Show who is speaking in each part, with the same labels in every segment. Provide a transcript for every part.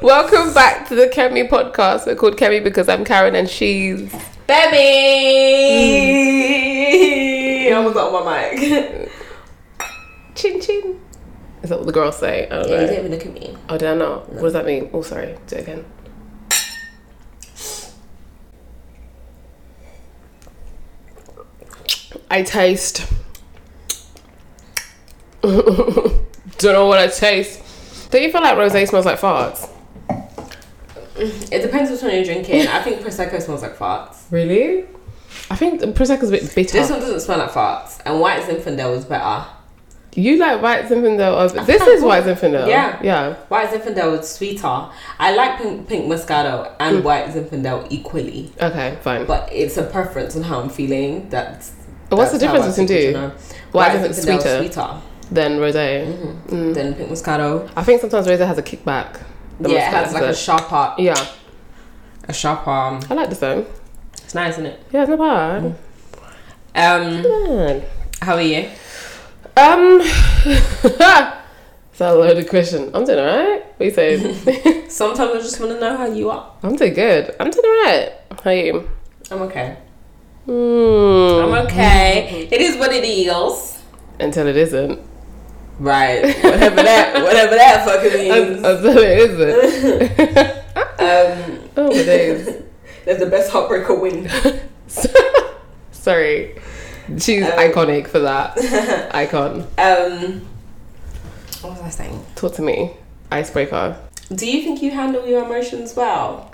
Speaker 1: Welcome back to the Kemi podcast. We're called Kemi because I'm Karen and she's.
Speaker 2: Baby! Mm. I almost got on my mic.
Speaker 1: Chin chin. Is that what the girls say? I don't
Speaker 2: Yeah,
Speaker 1: know.
Speaker 2: you didn't even look at me.
Speaker 1: Oh, did I not? What does that mean? Oh, sorry. Do it again. I taste. Don't know what I taste. Don't you feel like rose smells like farts?
Speaker 2: It depends which one you're drinking. I think Prosecco smells like farts.
Speaker 1: Really? I think the Prosecco's a bit bitter.
Speaker 2: This one doesn't smell like farts. And White Zinfandel was better.
Speaker 1: You like White Zinfandel? Or, this
Speaker 2: like
Speaker 1: is White
Speaker 2: all-
Speaker 1: Zinfandel.
Speaker 2: Yeah.
Speaker 1: yeah.
Speaker 2: White Zinfandel was sweeter. I like pink, pink Moscato and White Zinfandel equally.
Speaker 1: Okay, fine.
Speaker 2: But it's a preference on how I'm feeling. That's.
Speaker 1: What's the
Speaker 2: that's how I
Speaker 1: difference between
Speaker 2: think you
Speaker 1: two?
Speaker 2: should know.
Speaker 1: Why isn't
Speaker 2: White
Speaker 1: it
Speaker 2: Zinfandel
Speaker 1: sweeter
Speaker 2: is sweeter
Speaker 1: than rosé?
Speaker 2: Mhm. than Pink Moscato.
Speaker 1: I think sometimes rosé has a kickback. The
Speaker 2: yeah, it
Speaker 1: Moscato
Speaker 2: has like a
Speaker 1: does.
Speaker 2: sharper,
Speaker 1: yeah.
Speaker 2: a sharper. um,
Speaker 1: I like this though.
Speaker 2: It's nice, isn't it?
Speaker 1: Yeah, it's not
Speaker 2: Mm.
Speaker 1: bad.
Speaker 2: Um,
Speaker 1: Good.
Speaker 2: how are you?
Speaker 1: Um, it's a loaded question. I'm doing alright. What you saying?
Speaker 2: Sometimes I just want to know how you are.
Speaker 1: I'm doing good. I'm doing alright. How are you?
Speaker 2: I'm okay.
Speaker 1: Mm.
Speaker 2: I'm okay. It is what it is.
Speaker 1: Until it isn't.
Speaker 2: Right. Whatever that. Whatever that fucking
Speaker 1: Um,
Speaker 2: means.
Speaker 1: Until it isn't.
Speaker 2: Um,
Speaker 1: oh my days.
Speaker 2: that's the best heartbreaker win.
Speaker 1: Sorry. She's
Speaker 2: Um,
Speaker 1: iconic for that. Icon.
Speaker 2: Um, what was I saying?
Speaker 1: Talk to me. Icebreaker.
Speaker 2: Do you think you handle your emotions well?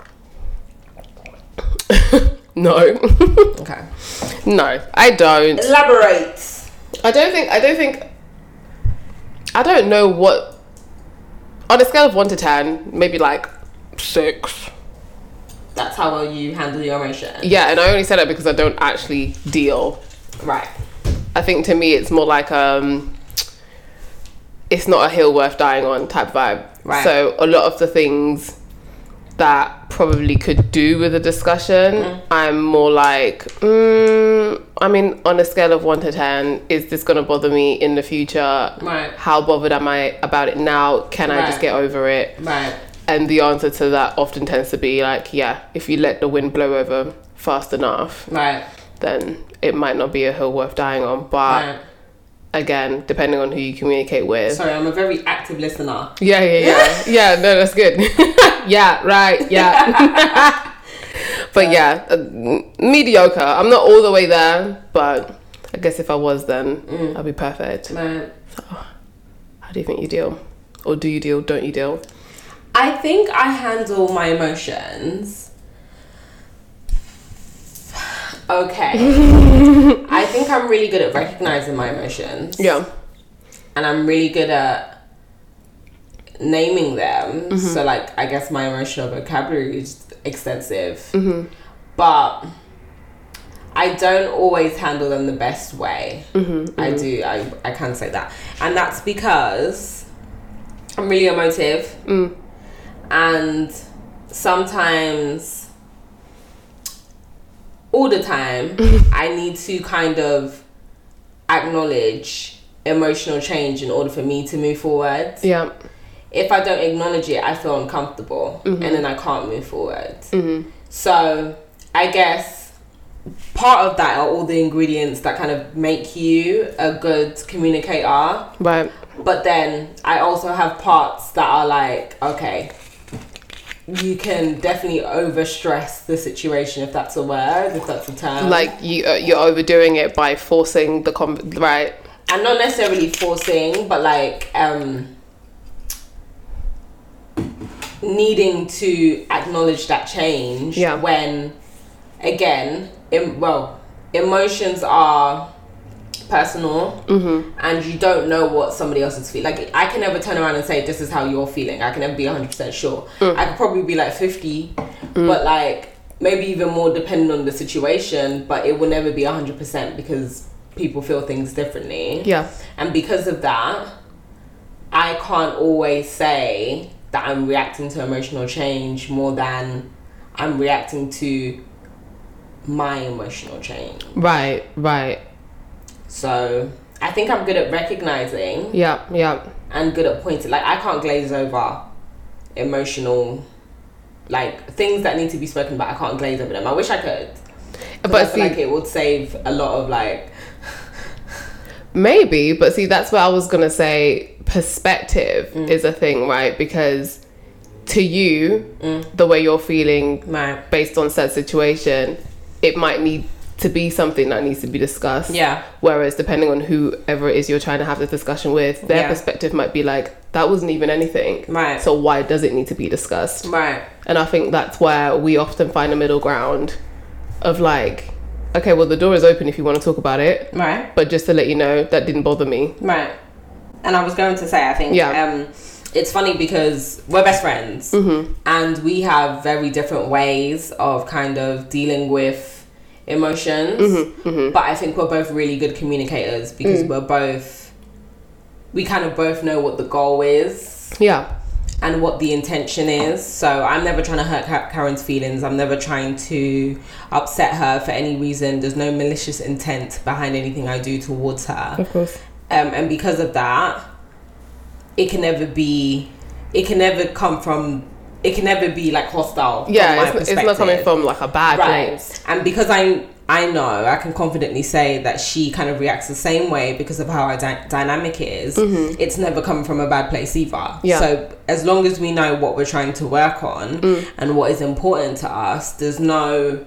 Speaker 1: No.
Speaker 2: Okay.
Speaker 1: no. I don't.
Speaker 2: Elaborate.
Speaker 1: I don't think I don't think I don't know what on a scale of one to ten, maybe like six.
Speaker 2: That's how well you handle your emotion.
Speaker 1: Yeah, and I only said that because I don't actually deal.
Speaker 2: Right.
Speaker 1: I think to me it's more like um it's not a hill worth dying on type vibe.
Speaker 2: Right.
Speaker 1: So a lot of the things that probably could do with a discussion,
Speaker 2: Mm.
Speaker 1: I'm more like, mm, I mean, on a scale of one to ten, is this gonna bother me in the future?
Speaker 2: Right.
Speaker 1: How bothered am I about it now? Can I just
Speaker 2: Right.
Speaker 1: get over it?
Speaker 2: Right.
Speaker 1: And the answer to that often tends to be like, yeah, if you let the wind blow over fast enough,
Speaker 2: Right.
Speaker 1: then it might not be a hill worth dying on. But
Speaker 2: Right.
Speaker 1: again, depending on who you communicate with.
Speaker 2: Sorry, I'm a very active listener.
Speaker 1: Yeah, yeah, yeah. yeah, no, that's good. yeah, right, yeah. but yeah, uh, m- mediocre. I'm not all the way there, but I guess if I was, then
Speaker 2: Mm.
Speaker 1: I'd be perfect.
Speaker 2: Right.
Speaker 1: How do you think you deal? Or do you deal? Don't you deal?
Speaker 2: I think I handle my emotions. Okay. I think I'm really good at recognizing my emotions.
Speaker 1: Yeah.
Speaker 2: And I'm really good at naming them. So, like, I guess my emotional vocabulary is extensive. But I don't always handle them the best way. I do. I, I can say that. And that's because I'm really emotive
Speaker 1: Mm.
Speaker 2: and sometimes all the time i need to kind of acknowledge emotional change in order for me to move forward
Speaker 1: Yeah.
Speaker 2: if i don't acknowledge it i feel uncomfortable and then i can't move forward
Speaker 1: Mhm.
Speaker 2: so i guess part of that are all the ingredients that kind of make you a good communicator
Speaker 1: Right.
Speaker 2: but then I also have parts that are like, okay, you can definitely overstress the situation if that's a word, if that's a term.
Speaker 1: like you, uh, you're overdoing it by forcing the con. Right.
Speaker 2: and not necessarily forcing, but like um needing to acknowledge that change
Speaker 1: Yeah.
Speaker 2: when again, em- well, emotions are personal
Speaker 1: Mm-hmm.
Speaker 2: and you don't know what somebody else is feeling. Like I can never turn around and say this is how you're feeling. I can never be 100% sure.
Speaker 1: Mm.
Speaker 2: I could probably be like 50, but like maybe even more depending on the situation, but it will never be 100% because people feel things differently.
Speaker 1: Yeah.
Speaker 2: And because of that, I can't always say that I'm reacting to emotional change more than I'm reacting to my emotional change.
Speaker 1: Right. Right.
Speaker 2: So I think I'm good at recognizing
Speaker 1: Yeah. Yeah.
Speaker 2: and good at pointing. Like I can't glaze over emotional, like things that need to be spoken about. I can't glaze over them. I wish I could. 'Cause I
Speaker 1: But
Speaker 2: feel
Speaker 1: see-
Speaker 2: like it would save a lot of like.
Speaker 1: Maybe, but see, that's where I was gonna say perspective
Speaker 2: Mm.
Speaker 1: is a thing, right? Because to you,
Speaker 2: Mm.
Speaker 1: the way you're feeling
Speaker 2: My,
Speaker 1: based on said situation, it might need to be something that needs to be discussed.
Speaker 2: yeah.
Speaker 1: Whereas, depending on whoever it is you're trying to have this discussion with, their
Speaker 2: Yeah.
Speaker 1: perspective might be like, that wasn't even anything.
Speaker 2: Right. Mm.
Speaker 1: So, why does it need to be discussed?
Speaker 2: Right.
Speaker 1: And I think that's where we often find a middle ground of like, okay, well, the door is open if you want to talk about it.
Speaker 2: Right.
Speaker 1: But just to let you know, that didn't bother me.
Speaker 2: Right. And I was going to say, I think
Speaker 1: Yeah.
Speaker 2: um, it's funny because we're best friends and we have very different ways of kind of dealing with emotions. But I think we're both really good communicators because we're both, we kind of both know what the goal is
Speaker 1: Yeah.
Speaker 2: and what the intention is. So I'm never trying to hurt Ka- Karen's feelings. I'm never trying to upset her for any reason. There's no malicious intent behind anything I do towards her
Speaker 1: Of course.
Speaker 2: um, and because of that, it can never be, it can never come from, it can never be like hostile. from my
Speaker 1: Yeah, it's, it's not coming
Speaker 2: perspective.
Speaker 1: from like a bad place.
Speaker 2: right. And because I I know I can confidently say that she kind of reacts the same way because of how our dy- dynamic is. It's never coming from a bad place either.
Speaker 1: Mm-hmm. Yeah.
Speaker 2: So as long as we know what we're trying to work on
Speaker 1: Mm.
Speaker 2: and what is important to us, there's no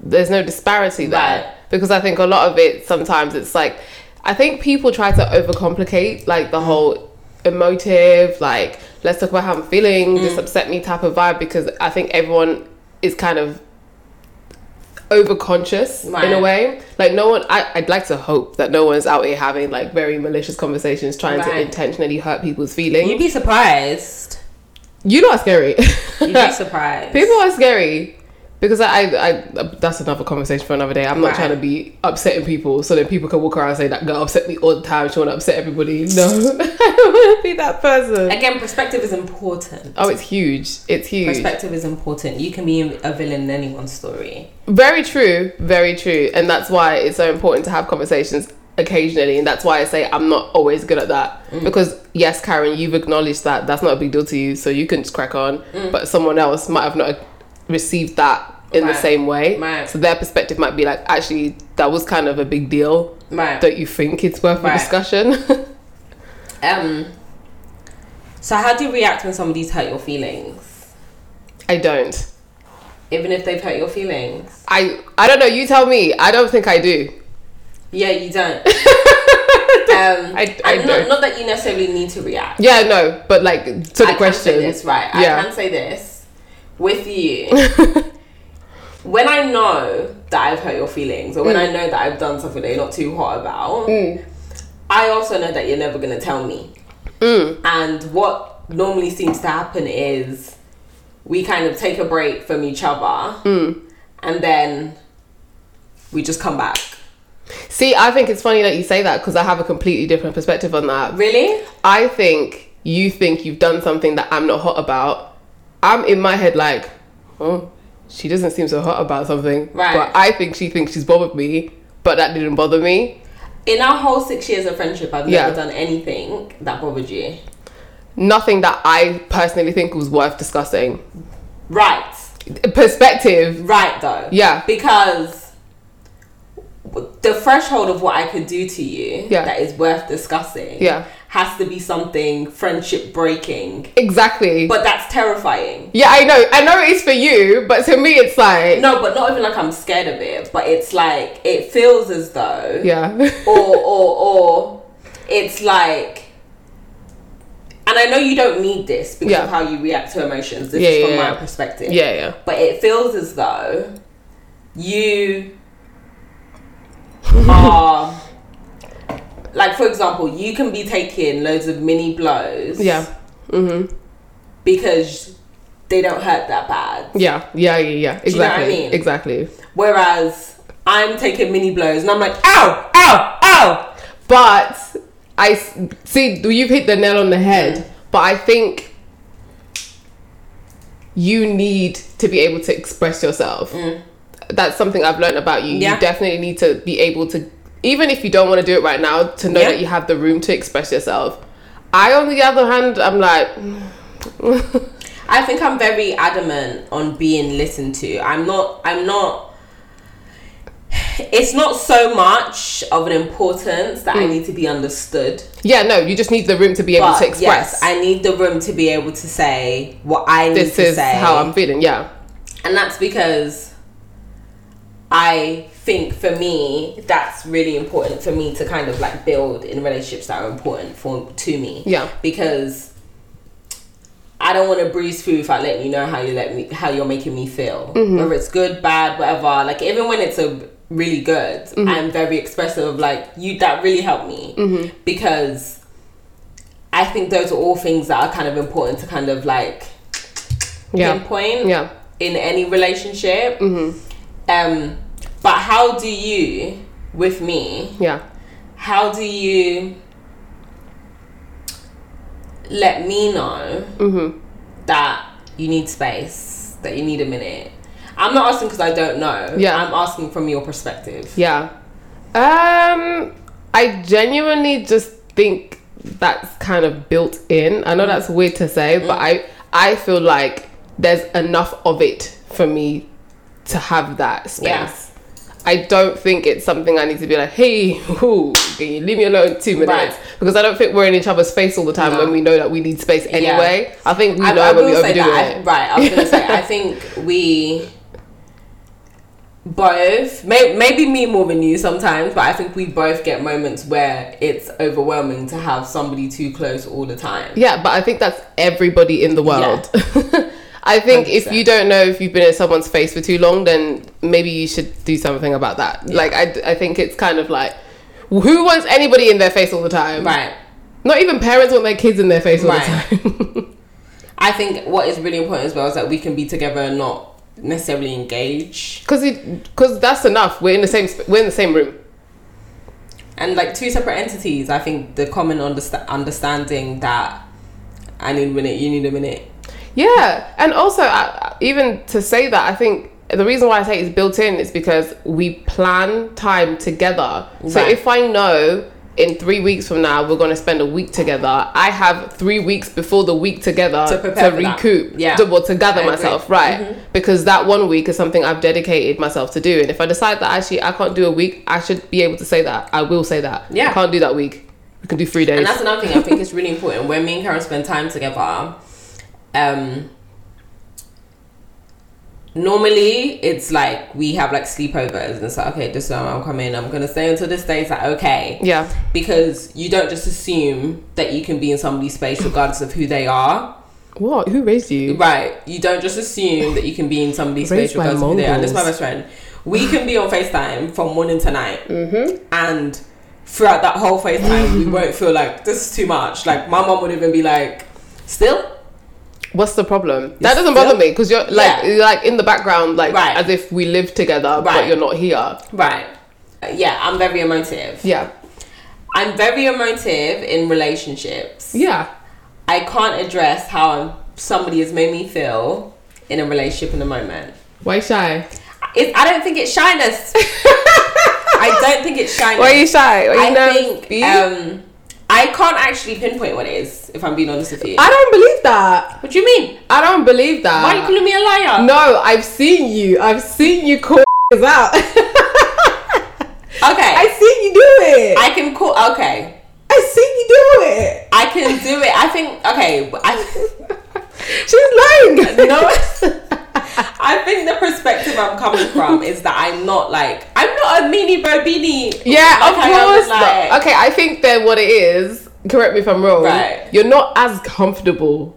Speaker 1: There's no disparity there.
Speaker 2: Right.
Speaker 1: Because I think a lot of it sometimes it's like, I think people try to overcomplicate like
Speaker 2: Mm.
Speaker 1: the whole emotive, like, let's talk about how I'm feeling,
Speaker 2: Mm.
Speaker 1: this upset me type of vibe because I think everyone is kind of overconscious in a
Speaker 2: Right.
Speaker 1: way like no one I, i'd like to hope that no one's out here having like very malicious conversations trying to
Speaker 2: Right.
Speaker 1: intentionally hurt people's feelings
Speaker 2: you'd be surprised.
Speaker 1: you lot are scary
Speaker 2: You'd be surprised.
Speaker 1: People are scary because I, I, I that's another conversation for another day. I'm not
Speaker 2: Right.
Speaker 1: trying to be upsetting people so that people can walk around and say that girl upset me all the time. She want to upset everybody. No, I don't want to be that person.
Speaker 2: Again, perspective is important.
Speaker 1: Oh, it's huge. It's huge.
Speaker 2: Perspective is important. You can be a villain in anyone's story.
Speaker 1: Very true. Very true. And that's why it's so important to have conversations occasionally. And that's why I say I'm not always good at that
Speaker 2: Mm.
Speaker 1: because yes, Karen, you've acknowledged that that's not a big deal to you, so you can just crack on.
Speaker 2: Mm.
Speaker 1: But someone else might have not received that in the
Speaker 2: Right.
Speaker 1: same way.
Speaker 2: Right.
Speaker 1: So their perspective might be like, actually, that was kind of a big deal.
Speaker 2: Right.
Speaker 1: Don't you think it's worth a
Speaker 2: Right.
Speaker 1: discussion?
Speaker 2: Um. So, how do you react when somebody's hurt your feelings,
Speaker 1: I don't.
Speaker 2: even if they've hurt your feelings?
Speaker 1: I I don't know. You tell me. I don't think I do.
Speaker 2: Yeah, you don't. um,
Speaker 1: I-
Speaker 2: and
Speaker 1: I don't.
Speaker 2: not, not that you necessarily need to react.
Speaker 1: Yeah, no. But like to the
Speaker 2: I
Speaker 1: question.
Speaker 2: Can say this, right?
Speaker 1: Yeah.
Speaker 2: I can say this with you. when I know that I've hurt your feelings, or when
Speaker 1: Mm.
Speaker 2: I know that I've done something that you're not too hot about, I also know that you're never going to tell me.
Speaker 1: Mm.
Speaker 2: And what normally seems to happen is we kind of take a break from each other
Speaker 1: Mm.
Speaker 2: and then we just come back.
Speaker 1: See, I think it's funny that you say that because I have a completely different perspective on that.
Speaker 2: Really?
Speaker 1: I think you think you've done something that I'm not hot about. I'm in my head like, oh, she doesn't seem so hot about something.
Speaker 2: Right.
Speaker 1: But I think she thinks she's bothered me, but that didn't bother me.
Speaker 2: In our whole six years of friendship, I've
Speaker 1: Yeah.
Speaker 2: never done anything that bothered you.
Speaker 1: Nothing that I personally think was worth discussing.
Speaker 2: Right.
Speaker 1: Perspective.
Speaker 2: right though.
Speaker 1: Yeah.
Speaker 2: Because the threshold of what I could do to you
Speaker 1: Yeah.
Speaker 2: that is worth discussing
Speaker 1: Yeah.
Speaker 2: has to be something friendship breaking.
Speaker 1: Exactly.
Speaker 2: But that's terrifying.
Speaker 1: yeah, I know. I know it's for you, but to me, it's like,
Speaker 2: No, but not even like I'm scared of it, but it's like it feels as though
Speaker 1: yeah.
Speaker 2: or or or it's like and I know you don't need this because
Speaker 1: Yeah.
Speaker 2: of how you react to emotions. This
Speaker 1: Yeah,
Speaker 2: is from
Speaker 1: yeah,
Speaker 2: my
Speaker 1: yeah.
Speaker 2: perspective.
Speaker 1: yeah, yeah.
Speaker 2: but it feels as though you are like for example you can be taking loads of mini blows
Speaker 1: Yeah. Mm-hmm.
Speaker 2: because they don't hurt that bad
Speaker 1: Yeah. Yeah. Yeah. Yeah. Exactly.
Speaker 2: you know what I mean?
Speaker 1: Exactly.
Speaker 2: whereas i'm taking mini blows and i'm like ow ow ow
Speaker 1: But I s- see you've hit the nail on the head. But I think you need to be able to express yourself. That's something I've learned about you.
Speaker 2: Mm. Yeah.
Speaker 1: You definitely need to be able to, even if you don't want to do it right now, to know
Speaker 2: Yeah.
Speaker 1: that you have the room to express yourself. I, on the other hand, I'm like,
Speaker 2: I think I'm very adamant on being listened to. I'm not. I'm not. It's not so much of an importance that I need to be understood.
Speaker 1: yeah, no, you just need the room to be able
Speaker 2: But
Speaker 1: to express.
Speaker 2: yes, I need the room to be able to say what I need
Speaker 1: this
Speaker 2: to
Speaker 1: is
Speaker 2: say.
Speaker 1: how I'm feeling. Yeah.
Speaker 2: and that's because I think for me that's really important for me to kind of like build in relationships that are important for to me.
Speaker 1: Yeah.
Speaker 2: Because I don't want to breeze through without letting you know how you let me how you're making me feel.
Speaker 1: Mm-hmm.
Speaker 2: Whether it's good, bad, whatever. Like even when it's a really good,
Speaker 1: Mm-hmm.
Speaker 2: I'm very expressive of like you that really helped me
Speaker 1: Mm-hmm.
Speaker 2: because I think those are all things that are kind of important to kind of like
Speaker 1: Yeah.
Speaker 2: pinpoint
Speaker 1: Yeah. Mm-hmm.
Speaker 2: in any relationship. Um, but how do you, with me,
Speaker 1: Yeah.
Speaker 2: how do you let me know
Speaker 1: Mm-hmm.
Speaker 2: that you need space, that you need a minute? I'm not asking because I don't know.
Speaker 1: Yeah.
Speaker 2: I'm asking from your perspective.
Speaker 1: Yeah. Um I genuinely just think that's kind of built in.
Speaker 2: Mm.
Speaker 1: I know that's weird to say, but I I feel like there's enough of it for me to have that space.
Speaker 2: Yeah.
Speaker 1: I don't think it's something I need to be like, hey, who, can you leave me alone two minutes?
Speaker 2: Right.
Speaker 1: Because I don't think we're in each other's face all the time
Speaker 2: No.
Speaker 1: when we know that we need space anyway. I think we
Speaker 2: I,
Speaker 1: know
Speaker 2: I
Speaker 1: when
Speaker 2: will
Speaker 1: we
Speaker 2: say
Speaker 1: overdo
Speaker 2: that. I,
Speaker 1: it.
Speaker 2: right, I was gonna say. I think we both, may, maybe me more than you sometimes, but I think we both get moments where it's overwhelming to have somebody too close all the time.
Speaker 1: Yeah, but I think that's everybody in the world. I think if
Speaker 2: 100%.
Speaker 1: you don't know if you've been in someone's face for too long, then maybe you should do something about that. Like, I, I think it's kind of like, who wants anybody in their face all the time?
Speaker 2: Right.
Speaker 1: Not even parents want their kids in their face all
Speaker 2: Right.
Speaker 1: the time.
Speaker 2: I think what is really important as well is that we can be together and not necessarily engage.
Speaker 1: Because because that's enough. We're in the same sp- we're in the same room.
Speaker 2: And like two separate entities, I think the common understa- understanding that I need a minute, you need a minute.
Speaker 1: Yeah, and also I, even to say that, I think the reason why I say it's built in is because we plan time together. So
Speaker 2: Right.
Speaker 1: if I know in three weeks from now we're going to spend a week together, I have three weeks before the week together
Speaker 2: To
Speaker 1: to,
Speaker 2: prepare for that.
Speaker 1: recoup,
Speaker 2: Yeah.
Speaker 1: to, well, to gather
Speaker 2: I agree. Mm-hmm.
Speaker 1: myself, right? Because that one week is something I've dedicated myself to do, and if I decide that actually I can't do a week, I should be able to say that. I will say that.
Speaker 2: Yeah.
Speaker 1: I can't do that week. We can do three days.
Speaker 2: And that's another thing I think is really important. When me and Karen spend time together, um, normally it's like we have like sleepovers and it's like, okay, this time I'm coming, I'm gonna stay until this day. It's like, okay.
Speaker 1: yeah.
Speaker 2: Because you don't just assume that you can be in somebody's space regardless of who they are.
Speaker 1: What? Who raised you?
Speaker 2: Right. You don't just assume that you can be in somebody's
Speaker 1: Raised
Speaker 2: space
Speaker 1: by
Speaker 2: regardless of who they are. This is my
Speaker 1: Mongols.
Speaker 2: best friend. We can be on FaceTime from morning to night. Mm-hmm. And throughout that whole FaceTime,
Speaker 1: Mm-hmm.
Speaker 2: we won't feel like this is too much. Like, my mom would even be like, still?
Speaker 1: What's the problem?
Speaker 2: It's
Speaker 1: That doesn't bother
Speaker 2: still-
Speaker 1: me because you're like
Speaker 2: Yeah.
Speaker 1: you're like in the background, like
Speaker 2: Right.
Speaker 1: as if we live together,
Speaker 2: Right.
Speaker 1: but you're not here.
Speaker 2: Right. Uh, Yeah, I'm very emotive.
Speaker 1: Yeah,
Speaker 2: I'm very emotive in relationships.
Speaker 1: yeah,
Speaker 2: I can't address how I'm, somebody has made me feel in a relationship in a moment.
Speaker 1: why shy?
Speaker 2: It, I don't think it's shyness. I don't think it's shyness.
Speaker 1: Why are you shy? Why you
Speaker 2: I
Speaker 1: nervous, B?
Speaker 2: think um, I can't actually pinpoint what it is, if I'm being honest with you.
Speaker 1: I don't believe that.
Speaker 2: what do you mean?
Speaker 1: I don't believe that.
Speaker 2: Why are you calling me a liar?
Speaker 1: no, I've seen you. I've seen you call out.
Speaker 2: Okay.
Speaker 1: I
Speaker 2: I,
Speaker 1: seen you do it. I,
Speaker 2: can call. Okay.
Speaker 1: seen you do it.
Speaker 2: I can do it. I think. Okay. but I,
Speaker 1: She's lying.
Speaker 2: No. I think the perspective I'm coming from is that I'm not like. I'm not a meanie bo beanie.
Speaker 1: Yeah,
Speaker 2: Like,
Speaker 1: of
Speaker 2: I am
Speaker 1: course.
Speaker 2: like-
Speaker 1: okay, I think that what it is. Correct me if I'm wrong.
Speaker 2: Right.
Speaker 1: You're not as comfortable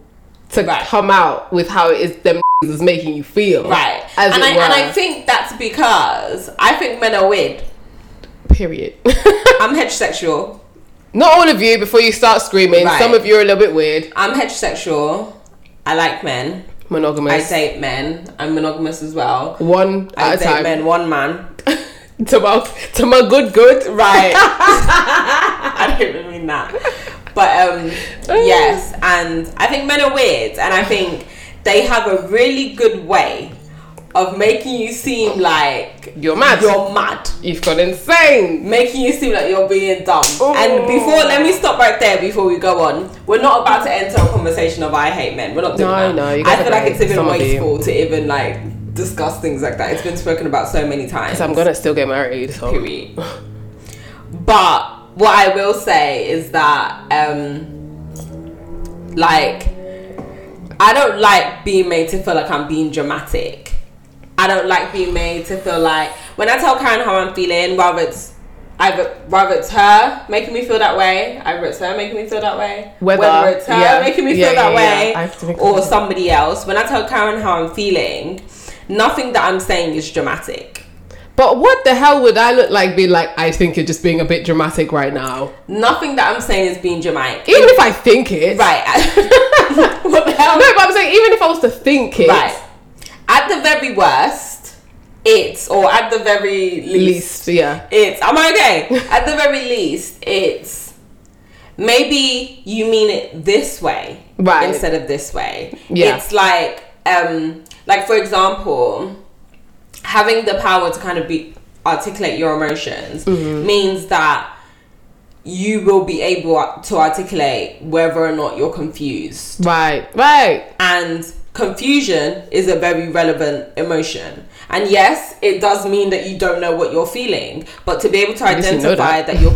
Speaker 1: to
Speaker 2: Right.
Speaker 1: come out with how it is them is making you feel.
Speaker 2: Right.
Speaker 1: As
Speaker 2: and,
Speaker 1: it
Speaker 2: I,
Speaker 1: were.
Speaker 2: and I think that's because I think men are weird.
Speaker 1: Period.
Speaker 2: I'm heterosexual.
Speaker 1: not all of you. Before you start screaming,
Speaker 2: Right.
Speaker 1: some of you are a little bit weird.
Speaker 2: I'm heterosexual. I like men. I
Speaker 1: Monogamous.
Speaker 2: date men. I'm monogamous as well.
Speaker 1: one
Speaker 2: I
Speaker 1: at a
Speaker 2: date
Speaker 1: time.
Speaker 2: men, one man.
Speaker 1: To my to my good good.
Speaker 2: Right. I don't really mean that. But um yes, and I think men are weird and I think they have a really good way of making you seem like
Speaker 1: You're mad.
Speaker 2: You're mad.
Speaker 1: You've gone insane.
Speaker 2: Making you seem like you're being dumb.
Speaker 1: Oh.
Speaker 2: And before, let me stop right there before we go on. We're not about to enter a conversation of I hate men. We're not doing
Speaker 1: No,
Speaker 2: that.
Speaker 1: no, you guys
Speaker 2: I feel
Speaker 1: are
Speaker 2: like
Speaker 1: great.
Speaker 2: it's even
Speaker 1: Some of you.
Speaker 2: wasteful to even like discuss things like that. It's been spoken about so many times.
Speaker 1: Because I'm gonna still get married. So
Speaker 2: Period. but what I will say is that, um, like, I don't like being made to feel like I'm being dramatic. I don't like being made to feel like when I tell Karen how I'm feeling, whether it's either whether it's her making me feel that way, either it's her making me feel that way,
Speaker 1: Whether-
Speaker 2: it's her
Speaker 1: yeah.
Speaker 2: making me
Speaker 1: Yeah,
Speaker 2: feel that
Speaker 1: yeah, yeah. I have to
Speaker 2: way,
Speaker 1: make-
Speaker 2: or somebody else. When I tell Karen how I'm feeling, nothing that I'm saying is dramatic.
Speaker 1: But what the hell would I look like being like, I think you're just being a bit dramatic right now?
Speaker 2: Nothing that I'm saying is being dramatic.
Speaker 1: Even if I think it.
Speaker 2: Right. what the hell?
Speaker 1: No, but I'm saying, even if I was to think it.
Speaker 2: Right. At the very worst, it's, or at the very
Speaker 1: Least,
Speaker 2: least,
Speaker 1: yeah.
Speaker 2: it's, I'm okay. at the very least, it's maybe you mean it this way
Speaker 1: Right.
Speaker 2: instead of this way.
Speaker 1: Yeah.
Speaker 2: It's like, um, like for example, having the power to kind of be articulate your emotions
Speaker 1: Mm-hmm.
Speaker 2: means that you will be able to articulate whether or not you're confused
Speaker 1: Right, right.
Speaker 2: and confusion is a very relevant emotion. And yes, it does mean that you don't know what you're feeling, but to be able to
Speaker 1: least you know
Speaker 2: identify
Speaker 1: that.
Speaker 2: that. you're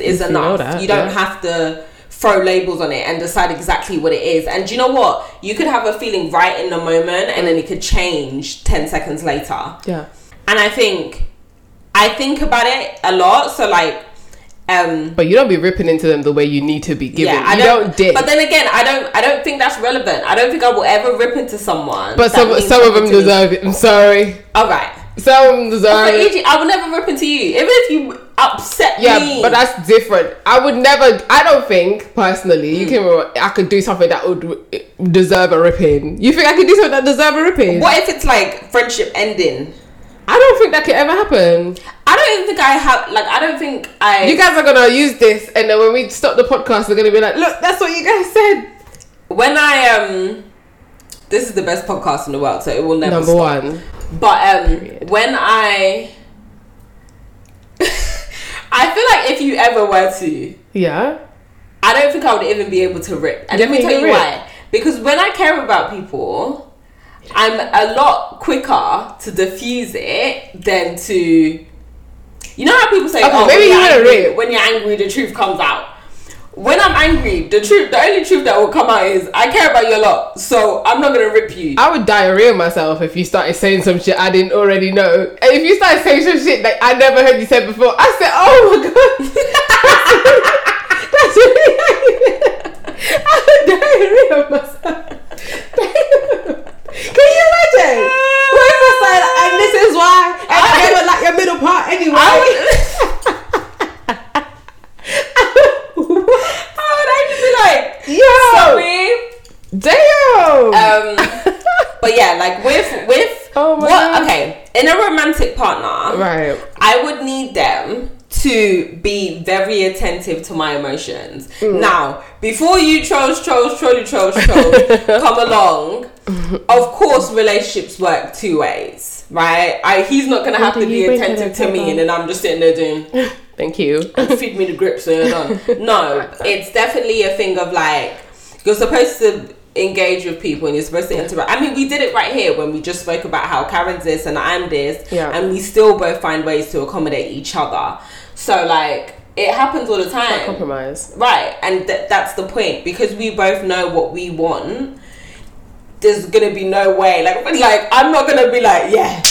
Speaker 2: is
Speaker 1: least you know
Speaker 2: enough. You,
Speaker 1: that,
Speaker 2: don't
Speaker 1: yeah.
Speaker 2: have to throw labels on it and decide exactly what it is. And do you know what? You could have a feeling right in the moment and then it could change 10 seconds later
Speaker 1: Yeah.
Speaker 2: and I think I think about it a lot. So like, um,
Speaker 1: But you don't be ripping into them the way you need to be giving.
Speaker 2: yeah, I
Speaker 1: you don't, dip.
Speaker 2: But then again, I don't. I don't think that's relevant. I don't think I will ever rip into someone.
Speaker 1: But
Speaker 2: that
Speaker 1: some,
Speaker 2: means
Speaker 1: some of them
Speaker 2: something to me.
Speaker 1: deserve it. I'm sorry.
Speaker 2: All right.
Speaker 1: Some of them
Speaker 2: But
Speaker 1: deserve it.
Speaker 2: EG, I will never rip into you, even if you upset
Speaker 1: Yeah,
Speaker 2: me.
Speaker 1: but that's different. I would never. I don't think personally. You
Speaker 2: Hmm.
Speaker 1: can. I could do something that would deserve a ripping. You think I could do something that deserve a ripping?
Speaker 2: what if it's like friendship ending?
Speaker 1: I don't think that could ever happen.
Speaker 2: I don't even think I have. Like, I don't think I.
Speaker 1: You guys are gonna use this, and then when we stop the podcast, they're gonna be like, "Look, that's what you guys said."
Speaker 2: when I um, this is the best podcast in the world, so it will never.
Speaker 1: Number
Speaker 2: stop.
Speaker 1: one.
Speaker 2: But um,
Speaker 1: Period.
Speaker 2: when I, I feel like if you ever were to,
Speaker 1: Yeah.
Speaker 2: I don't think I would even be able to rip. And let me
Speaker 1: Definitely
Speaker 2: tell you
Speaker 1: rip.
Speaker 2: why. Because when I care about people, I'm a lot quicker to diffuse it than to. You know how people say,
Speaker 1: Okay,
Speaker 2: "Oh,
Speaker 1: maybe
Speaker 2: when
Speaker 1: you
Speaker 2: you're
Speaker 1: wanna
Speaker 2: angry,
Speaker 1: rip.
Speaker 2: when you're angry, the truth comes out." When I'm angry, the truth, the only truth that will come out is I care about you a lot, so I'm not gonna rip you.
Speaker 1: I would diarrhea myself if you started saying some shit I didn't already know. And if you started saying some shit that I never heard you said before, I said, oh my god. That's really I would diarrhea myself. Can you imagine? What if I said, and this is why, and I,
Speaker 2: I-
Speaker 1: never like your middle part anyway.
Speaker 2: I would. How would I just Oh,
Speaker 1: Yo!
Speaker 2: be like, sorry?
Speaker 1: Damn!
Speaker 2: Um, but yeah, like with with
Speaker 1: Oh my
Speaker 2: what?
Speaker 1: God.
Speaker 2: Okay, in a romantic partner,
Speaker 1: right.
Speaker 2: I would need them to be very attentive to my emotions.
Speaker 1: Mm.
Speaker 2: Now, before you trolls, trolls, trolly, trolls, trolls come along, of course, relationships work two ways, right? I, he's not gonna have
Speaker 1: do
Speaker 2: to
Speaker 1: you
Speaker 2: be
Speaker 1: bring to
Speaker 2: attentive
Speaker 1: the
Speaker 2: to me,
Speaker 1: table?
Speaker 2: and then I'm just sitting there doing
Speaker 1: Thank you.
Speaker 2: feed me the grips and you're done. No, it's definitely a thing of like you're supposed to engage with people and you're supposed to interact. I mean, we did it right here when we just spoke about how Karen's this and I'm this,
Speaker 1: Yeah.
Speaker 2: and we still both find ways to accommodate each other. So like it happens all the time,
Speaker 1: Compromise.
Speaker 2: right? And th- that's the point because we both know what we want. There's gonna be no way, like, like I'm not gonna be like, yeah,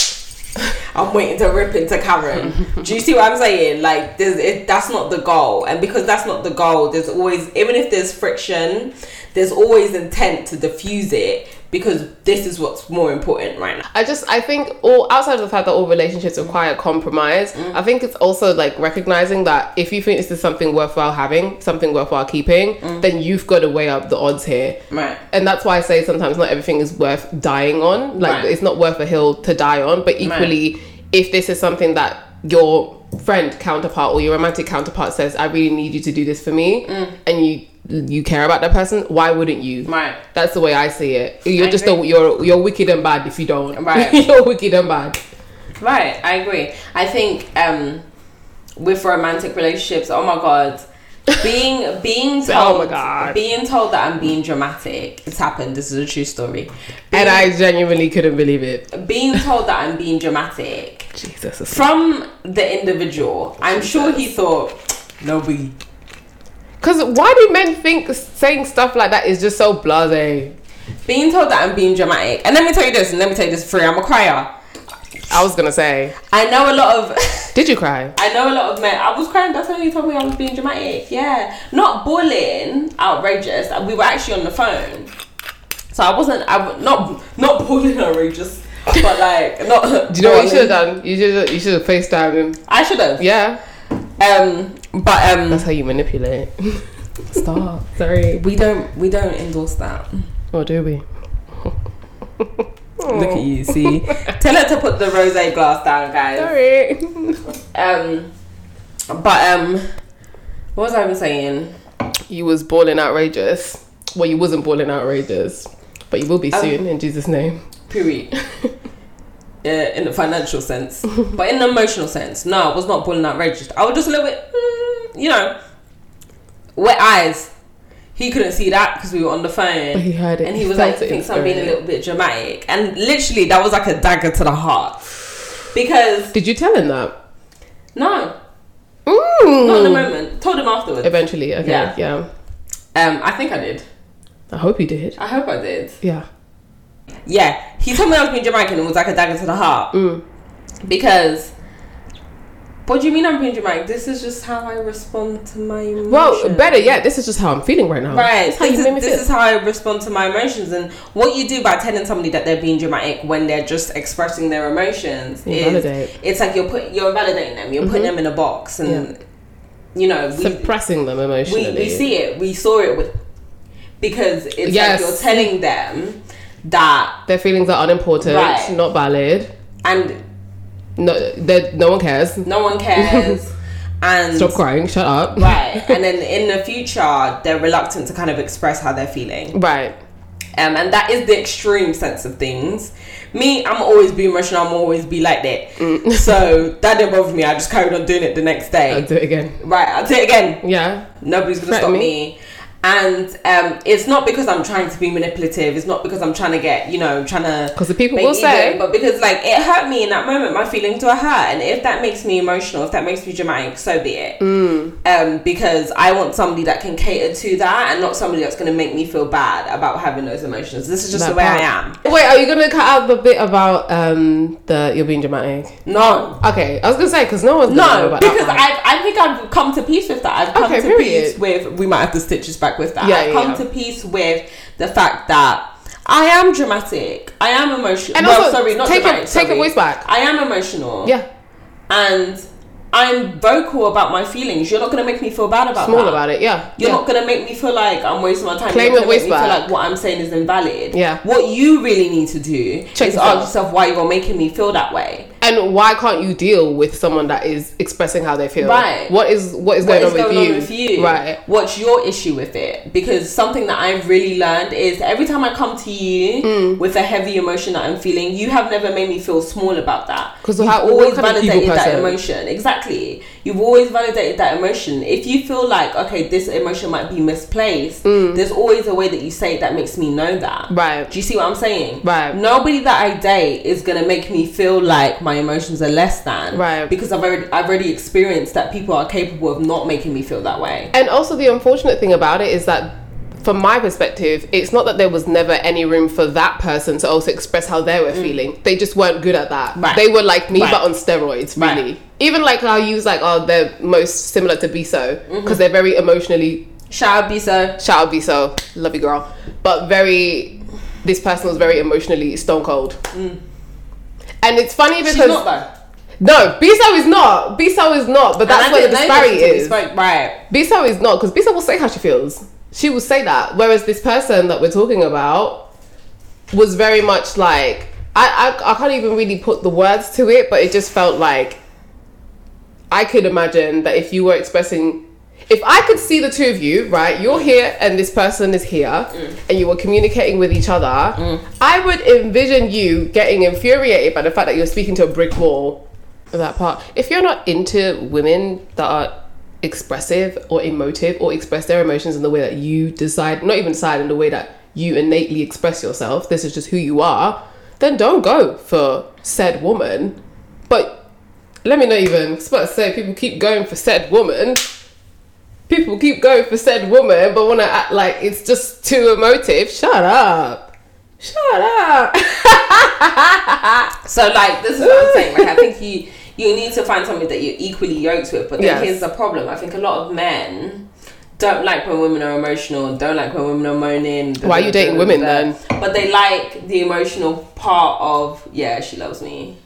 Speaker 2: I'm waiting to rip into Karen. Do you see what I'm saying? Like, there's it, that's not the goal, and because that's not the goal, there's always even if there's friction, there's always intent to diffuse it because this is what's more important right now.
Speaker 1: I just I think all outside of the fact that all relationships require compromise,
Speaker 2: Mm.
Speaker 1: I think it's also like recognizing that if you think this is something worthwhile having, something worthwhile keeping, then you've got to weigh up the odds here.
Speaker 2: Mm. Right.
Speaker 1: And that's why I say sometimes not everything is worth dying on. Like
Speaker 2: Right.
Speaker 1: it's not worth a hill to die on, but equally if this is something that you're friend counterpart or your romantic counterpart says, "I really need you to do this for me,"
Speaker 2: Mm.
Speaker 1: and you you care about that person, why wouldn't you?
Speaker 2: Right.
Speaker 1: That's the way I see it. You're
Speaker 2: I
Speaker 1: just a,
Speaker 2: agree.
Speaker 1: you're you're wicked and bad if you don't.
Speaker 2: Right.
Speaker 1: you're wicked and bad.
Speaker 2: Right, I agree. I think um with romantic relationships, oh my god. Being being told
Speaker 1: Oh my God.
Speaker 2: being told that I'm being dramatic. It's happened. This is a true story.
Speaker 1: And I genuinely couldn't believe it.
Speaker 2: Being told that I'm being dramatic
Speaker 1: Jesus. it's-
Speaker 2: from the individual. I'm sure he thought no we
Speaker 1: Cause why do men think saying stuff like that is just so blase?
Speaker 2: being told that I'm being dramatic. And let me tell you this, and let me tell you this free, I'm a crier.
Speaker 1: I was gonna say,
Speaker 2: I know a lot of
Speaker 1: did you cry?
Speaker 2: I know a lot of men. I was crying. That's when you told me I was being dramatic. Yeah, not bullying, outrageous. We were actually on the phone, so I wasn't. I w- not not bullying outrageous, but like not.
Speaker 1: Do you know what you should have done? You should you should have FaceTimed him.
Speaker 2: I should have.
Speaker 1: Yeah,
Speaker 2: Um, but um,
Speaker 1: that's how you manipulate.
Speaker 2: stop.
Speaker 1: Sorry.
Speaker 2: We don't. We don't endorse that.
Speaker 1: Or do we?
Speaker 2: Look at you. See, tell her to put the rose glass down, guys.
Speaker 1: Sorry.
Speaker 2: Um, but um, what was I even saying?
Speaker 1: You was balling outrageous. Well, you wasn't balling outrageous, but you will be
Speaker 2: Um,
Speaker 1: soon in Jesus' name.
Speaker 2: period. Uh, in the financial sense, but in the emotional sense, no, I was not pulling out registered. I was just a little bit, mm, you know, wet eyes. He couldn't see that because we were on the phone,
Speaker 1: But he heard it.
Speaker 2: and he was
Speaker 1: felt
Speaker 2: like,
Speaker 1: it in
Speaker 2: "Thinks I'm being a
Speaker 1: spirit.
Speaker 2: little bit dramatic," and literally that was like a dagger to the heart because
Speaker 1: Did you tell him that?
Speaker 2: no,
Speaker 1: Mm.
Speaker 2: not in the moment. Told him afterwards.
Speaker 1: Eventually, okay, yeah.
Speaker 2: Yeah. Um, I think I did.
Speaker 1: I hope you did.
Speaker 2: I hope I did.
Speaker 1: Yeah.
Speaker 2: Yeah, he told me I was being dramatic, and it was like a dagger to the heart.
Speaker 1: Mm.
Speaker 2: because what do you mean I'm being dramatic? This is just how I respond to my emotions.
Speaker 1: Well, better yet, this is just how I'm feeling right now.
Speaker 2: Right.
Speaker 1: This is how
Speaker 2: this
Speaker 1: you
Speaker 2: is,
Speaker 1: made me
Speaker 2: this
Speaker 1: feel.
Speaker 2: is how I respond to my emotions, and what you do by telling somebody that they're being dramatic when they're just expressing their emotions
Speaker 1: You
Speaker 2: is
Speaker 1: validate. Mm-hmm.
Speaker 2: it's like you're put you're invalidating them. You're putting them in a box, and you know we,
Speaker 1: Suppressing them emotionally.
Speaker 2: we we see it. We saw it with because it's
Speaker 1: Yes.
Speaker 2: like you're telling them that
Speaker 1: Their feelings are unimportant,
Speaker 2: Right.
Speaker 1: not valid.
Speaker 2: and
Speaker 1: No, they're- no one cares.
Speaker 2: no one cares. and
Speaker 1: Stop crying. Shut up.
Speaker 2: right and then in the future they're reluctant to kind of express how they're feeling
Speaker 1: Right.
Speaker 2: um and that is the extreme sense of things me i'm always be emotional i'm always be like that
Speaker 1: Mm.
Speaker 2: so that didn't bother me i just carried on doing it the next
Speaker 1: I'll
Speaker 2: day
Speaker 1: do it again.
Speaker 2: right i'll do it again
Speaker 1: Yeah.
Speaker 2: nobody's gonna
Speaker 1: Threaten
Speaker 2: stop
Speaker 1: me.
Speaker 2: me, And um, it's not because I'm trying to be manipulative. It's not because I'm trying to get, you know, trying to.
Speaker 1: 'Cause the people
Speaker 2: make
Speaker 1: will say-
Speaker 2: But because, like, it hurt me in that moment. My feelings were hurt. And if that makes me emotional, if that makes me dramatic, so be it
Speaker 1: Mm.
Speaker 2: um, because I want somebody that can cater to that and not somebody that's going to make me feel bad about having those emotions. This is just
Speaker 1: That
Speaker 2: the way
Speaker 1: part.
Speaker 2: I am.
Speaker 1: Wait, are you gonna cut out the bit about um the you're being dramatic?
Speaker 2: No.
Speaker 1: Okay, I was gonna say because no one's gonna know
Speaker 2: No,
Speaker 1: about
Speaker 2: because
Speaker 1: that.
Speaker 2: I I think I've come to peace with that. I've come
Speaker 1: Okay,
Speaker 2: to
Speaker 1: period.
Speaker 2: peace with we might have to stitch this back with that.
Speaker 1: Yeah,
Speaker 2: I've
Speaker 1: yeah,
Speaker 2: come
Speaker 1: yeah.
Speaker 2: to peace with the fact that I am dramatic. I am emotional.
Speaker 1: And
Speaker 2: well,
Speaker 1: also,
Speaker 2: sorry, not
Speaker 1: take your-
Speaker 2: dramatic,
Speaker 1: take your
Speaker 2: sorry.
Speaker 1: voice back.
Speaker 2: I am emotional.
Speaker 1: yeah,
Speaker 2: And I'm vocal about my feelings. You're not gonna make me feel bad about
Speaker 1: small
Speaker 2: that.
Speaker 1: about it. Yeah,
Speaker 2: You're
Speaker 1: yeah.
Speaker 2: not gonna make me feel like I'm wasting my time.
Speaker 1: Claim your
Speaker 2: You're not gonna
Speaker 1: voice
Speaker 2: make me feel
Speaker 1: back.
Speaker 2: like what I'm saying is invalid.
Speaker 1: Yeah.
Speaker 2: What you really need to do
Speaker 1: Check
Speaker 2: is
Speaker 1: yourself.
Speaker 2: ask yourself why you're making me feel that way.
Speaker 1: and why can't you deal with someone that is expressing how they feel?
Speaker 2: Right.
Speaker 1: What is what is
Speaker 2: What
Speaker 1: going,
Speaker 2: is
Speaker 1: on,
Speaker 2: going
Speaker 1: with
Speaker 2: on
Speaker 1: you?
Speaker 2: with you?
Speaker 1: Right.
Speaker 2: What's your issue with it? Because something that I've really learned is every time I come to you
Speaker 1: Mm.
Speaker 2: with a heavy emotion that I'm feeling, you have never made me feel small about that.
Speaker 1: 'Cause
Speaker 2: You've
Speaker 1: how- what
Speaker 2: always
Speaker 1: kind of evil
Speaker 2: validated that
Speaker 1: person?
Speaker 2: emotion. Exactly. You've always validated that emotion. If you feel like, okay, this emotion might be misplaced, there's always a way that you say it that makes me know that.
Speaker 1: Mm. Right.
Speaker 2: Do you see what I'm saying?
Speaker 1: Right.
Speaker 2: Nobody that I date is gonna make me feel like my emotions are less than.
Speaker 1: Right.
Speaker 2: Because I've already I've already experienced that people are capable of not making me feel that way.
Speaker 1: And also, the unfortunate thing about it is that, from my perspective, it's not that there was never any room for that person to also express how they were feeling. They just weren't good at that.
Speaker 2: Mm. Right.
Speaker 1: They were like me,
Speaker 2: Right.
Speaker 1: but on steroids,
Speaker 2: Right.
Speaker 1: really. Even like how you use like, oh, they're most similar to Biso
Speaker 2: Mm-hmm.
Speaker 1: because they're very emotionally.
Speaker 2: Shout out Bisa.
Speaker 1: Shout out Biso, love you, girl. But very, this person was very emotionally stone cold. And it's funny because
Speaker 2: Mm. She's not though.
Speaker 1: no, Biso is not. Biso is not. But that's
Speaker 2: And I
Speaker 1: where the
Speaker 2: didn't know this
Speaker 1: disparity
Speaker 2: until we
Speaker 1: is.
Speaker 2: spoke- Right.
Speaker 1: Bisa is not because Bisa will say how she feels. She will say that. Whereas this person that we're talking about was very much like I I, I can't even really put the words to it, but it just felt like I could imagine that if you were expressing, if I could see the two of you, right, you're here and this person is here, and you were communicating with each other, I would envision you getting infuriated by the fact that you're speaking to a brick wall. That part. If you're not into women that are expressive or emotive or express their emotions in the way that you decide, not even decide, in the way that you innately express yourself, this is just who you are, then don't go for said woman. But let me not even, I was about to say, people keep going for said woman. People keep going for said woman, but want to act like it's just too emotive. Shut up. Shut up.
Speaker 2: So like this is what I'm saying. Like I think you you need to find something that you're equally yoked with. But then
Speaker 1: Yes.
Speaker 2: here's the problem. I think a lot of men don't like when women are emotional. Don't like when women are moaning.
Speaker 1: Why are you dating women then?
Speaker 2: But they like the emotional part of yeah, she loves me.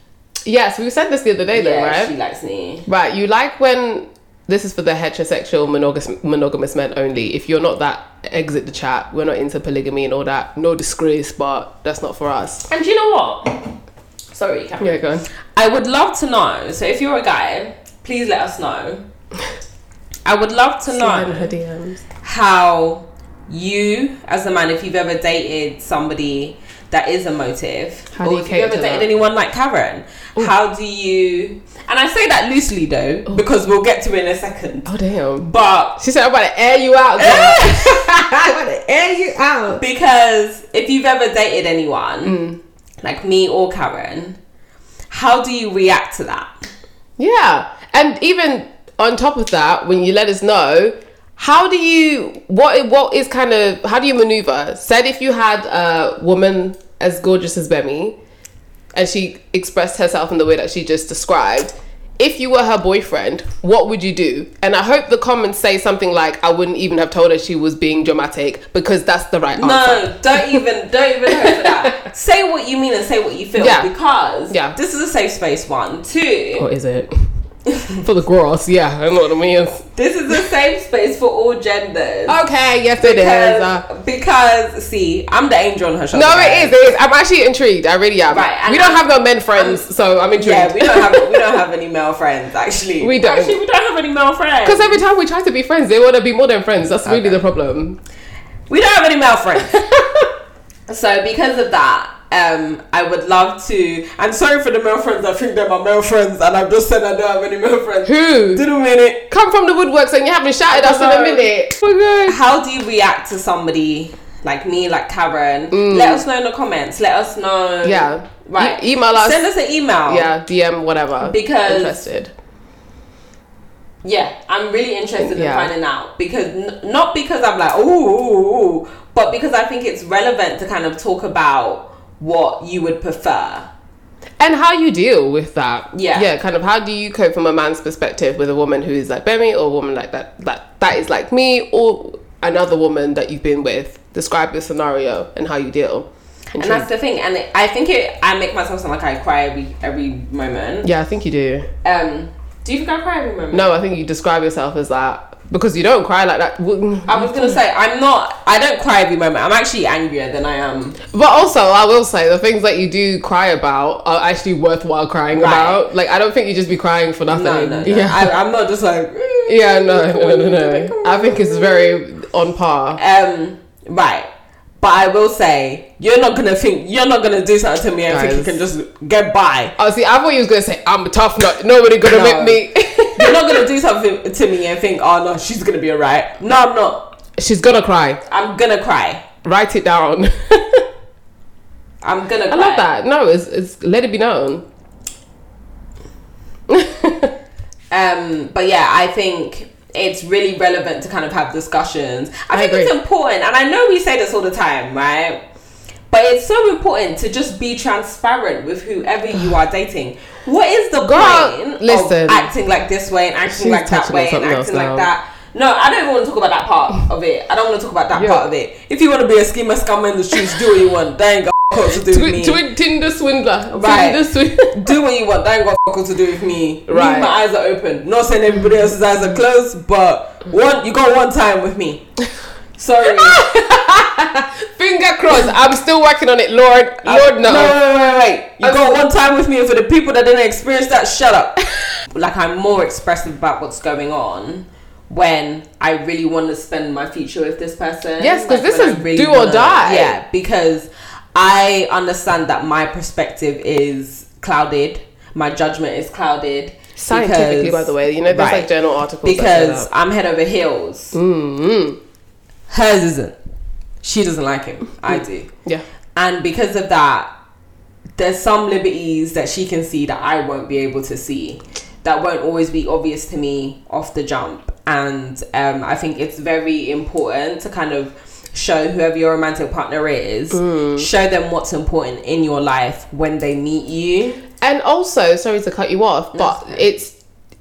Speaker 1: Yes, we said this the other day though,
Speaker 2: yeah,
Speaker 1: right?
Speaker 2: she likes me.
Speaker 1: Right, you like when this is for the heterosexual monogamous, monogamous men only. If you're not that, exit the chat. We're not into polygamy and all that. No disgrace, but that's not for us.
Speaker 2: And do you know what? Sorry, Cameron.
Speaker 1: Yeah, go on.
Speaker 2: I would love to know. So if you're a guy, please let us know. I would love to
Speaker 1: Slide in
Speaker 2: know
Speaker 1: her DMs.
Speaker 2: how you, as a man, if you've ever dated somebody that is emotive,
Speaker 1: How do
Speaker 2: or
Speaker 1: you
Speaker 2: if
Speaker 1: cater
Speaker 2: you've ever
Speaker 1: to
Speaker 2: dated
Speaker 1: that?
Speaker 2: anyone like Karen, how do you? And I say that loosely though, because we'll get to it in a second.
Speaker 1: Oh damn.
Speaker 2: But
Speaker 1: She said, "I'm about to air you out." Girl. I'm about to air you out.
Speaker 2: because if you've ever dated anyone,
Speaker 1: Mm.
Speaker 2: like me or Karen, how do you react to that?
Speaker 1: Yeah, and even on top of that, when you let us know, how do you what what is kind of how do you maneuver? Said if you had a woman as gorgeous as Bemi, and she expressed herself in the way that she just described. If you were her boyfriend, what would you do? And I hope the comments say something like, "I wouldn't even have told her she was being dramatic because that's the right answer."
Speaker 2: No, don't even, don't even hope for that. say what you mean and say what you feel
Speaker 1: Yeah.
Speaker 2: because
Speaker 1: Yeah.
Speaker 2: this is a safe space. One, two.
Speaker 1: Or is it for the gross? Yeah, I know what I mean.
Speaker 2: This is a safe space for all genders.
Speaker 1: Okay, yes, it is. Uh,
Speaker 2: Because, because, see, I'm the angel on her shoulder.
Speaker 1: No,
Speaker 2: guys.
Speaker 1: it is. It is. I'm actually intrigued. I really am.
Speaker 2: Right, and
Speaker 1: we don't
Speaker 2: I'm-
Speaker 1: have no men friends, so I'm
Speaker 2: Yeah,
Speaker 1: intrigued.
Speaker 2: we don't have we don't have any male friends actually.
Speaker 1: We don't.
Speaker 2: Actually, we don't have any male friends.
Speaker 1: Because every time we try to be friends, they want to be more than friends. That's really the problem.
Speaker 2: we don't have any male friends. so because of that, um, I would love to. I'm sorry for the male friends. I think they're my male friends, and I've just said I don't have any male friends.
Speaker 1: Who?
Speaker 2: Did a minute.
Speaker 1: Come from the woodworks and you haven't shouted us in a
Speaker 2: know.
Speaker 1: minute. Oh, God.
Speaker 2: how do you react to somebody like me, like Karen? Let us know in the comments. Let us know.
Speaker 1: Mm. Yeah.
Speaker 2: Right.
Speaker 1: E- email us.
Speaker 2: Send us an email.
Speaker 1: Yeah, DM, whatever.
Speaker 2: Because-
Speaker 1: Interested.
Speaker 2: Yeah. I'm really interested
Speaker 1: Yeah.
Speaker 2: in finding out because n- not because I'm like ooh, ooh, ooh, but because I think it's relevant to kind of talk about what you would prefer.
Speaker 1: And how you deal with that.
Speaker 2: Yeah.
Speaker 1: Yeah, kind of how do you cope from a man's perspective with a woman who is like Bemi or a woman like that that that is like me or another woman that you've been with? Describe the scenario and how you deal.
Speaker 2: And that's the thing. And it, I think it. I make myself sound like I cry every every moment.
Speaker 1: yeah, I think you do.
Speaker 2: Um. Do you think I cry every moment?
Speaker 1: No, I think you describe yourself as that because you don't cry like that. W-
Speaker 2: I was gonna say I'm not. I don't cry every moment. I'm actually angrier than I am
Speaker 1: But also, I will say the things that you do cry about are actually worthwhile crying
Speaker 2: Right.
Speaker 1: about. Like, I don't think you just be crying for nothing.
Speaker 2: No, no, no.
Speaker 1: Yeah,
Speaker 2: I, I'm not just like. "Mm,
Speaker 1: yeah, no,
Speaker 2: come
Speaker 1: no,
Speaker 2: on,
Speaker 1: no,
Speaker 2: come
Speaker 1: no.
Speaker 2: on,
Speaker 1: I think it's
Speaker 2: come
Speaker 1: very on par.
Speaker 2: on." Um, right. But I will say, you're not gonna think, you're not gonna do something to me and think you
Speaker 1: Guys.
Speaker 2: can just get by.
Speaker 1: Oh, see, I thought you was gonna say I'm tough. No, nobody gonna
Speaker 2: No.
Speaker 1: whip me.
Speaker 2: You're not gonna do something to me and think, oh no, she's gonna be alright. No, I'm not.
Speaker 1: She's gonna cry.
Speaker 2: I'm gonna cry.
Speaker 1: Write it down. I
Speaker 2: I'm gonna cry.
Speaker 1: love that. No, it's, it's let it be known.
Speaker 2: Um, but yeah, I think it's really relevant to kind of have discussions. I,
Speaker 1: I
Speaker 2: think it's
Speaker 1: agree.
Speaker 2: important, and I know we say this all the time, right? But it's so important to just be transparent with whoever you are dating. What is the
Speaker 1: Girl,
Speaker 2: point
Speaker 1: listen.
Speaker 2: of acting like this way and acting
Speaker 1: She's
Speaker 2: like that
Speaker 1: touching on
Speaker 2: way and
Speaker 1: something else
Speaker 2: acting like
Speaker 1: now.
Speaker 2: that? No, I don't even want to talk about that part of it. I don't want to talk about that
Speaker 1: Yeah.
Speaker 2: part of it. If you want to be a schemer, scammer in the streets, do what you want. That ain't got what to do with me
Speaker 1: Twi- twi- Tinder swindler.
Speaker 2: Right.
Speaker 1: Tinder swindler.
Speaker 2: do what you want. That ain't got fuck all to do with me.
Speaker 1: Right.
Speaker 2: Leave my eyes are open. Not saying everybody else's eyes are closed, but one you got one time with me. Sorry.
Speaker 1: Finger crossed. I'm still working on it, Lord. Lord, no.
Speaker 2: No, wait, wait, wait. You got one time with me, and for the people that didn't experience that, shut up. like, I'm more expressive about what's going on when I really want to spend my future with this person.
Speaker 1: Yes, 'cause
Speaker 2: Like,
Speaker 1: this
Speaker 2: when
Speaker 1: is
Speaker 2: I
Speaker 1: do or
Speaker 2: wanna-
Speaker 1: die.
Speaker 2: Yeah, because I understand that my perspective is clouded, my judgment is clouded.
Speaker 1: Scientifically,
Speaker 2: because-
Speaker 1: by the way, you know, there's
Speaker 2: Right.
Speaker 1: like journal articles.
Speaker 2: Because I'm head over heels.
Speaker 1: mm
Speaker 2: Hers isn't. She doesn't like him.
Speaker 1: Hmm.
Speaker 2: I do.
Speaker 1: yeah,
Speaker 2: And because of that, there's some liberties that she can see that I won't be able to see, that won't always be obvious to me off the jump. And um, I think it's very important to kind of show whoever your romantic partner is, show them what's important in your life when they meet you.
Speaker 1: and also, sorry to cut you off, but it's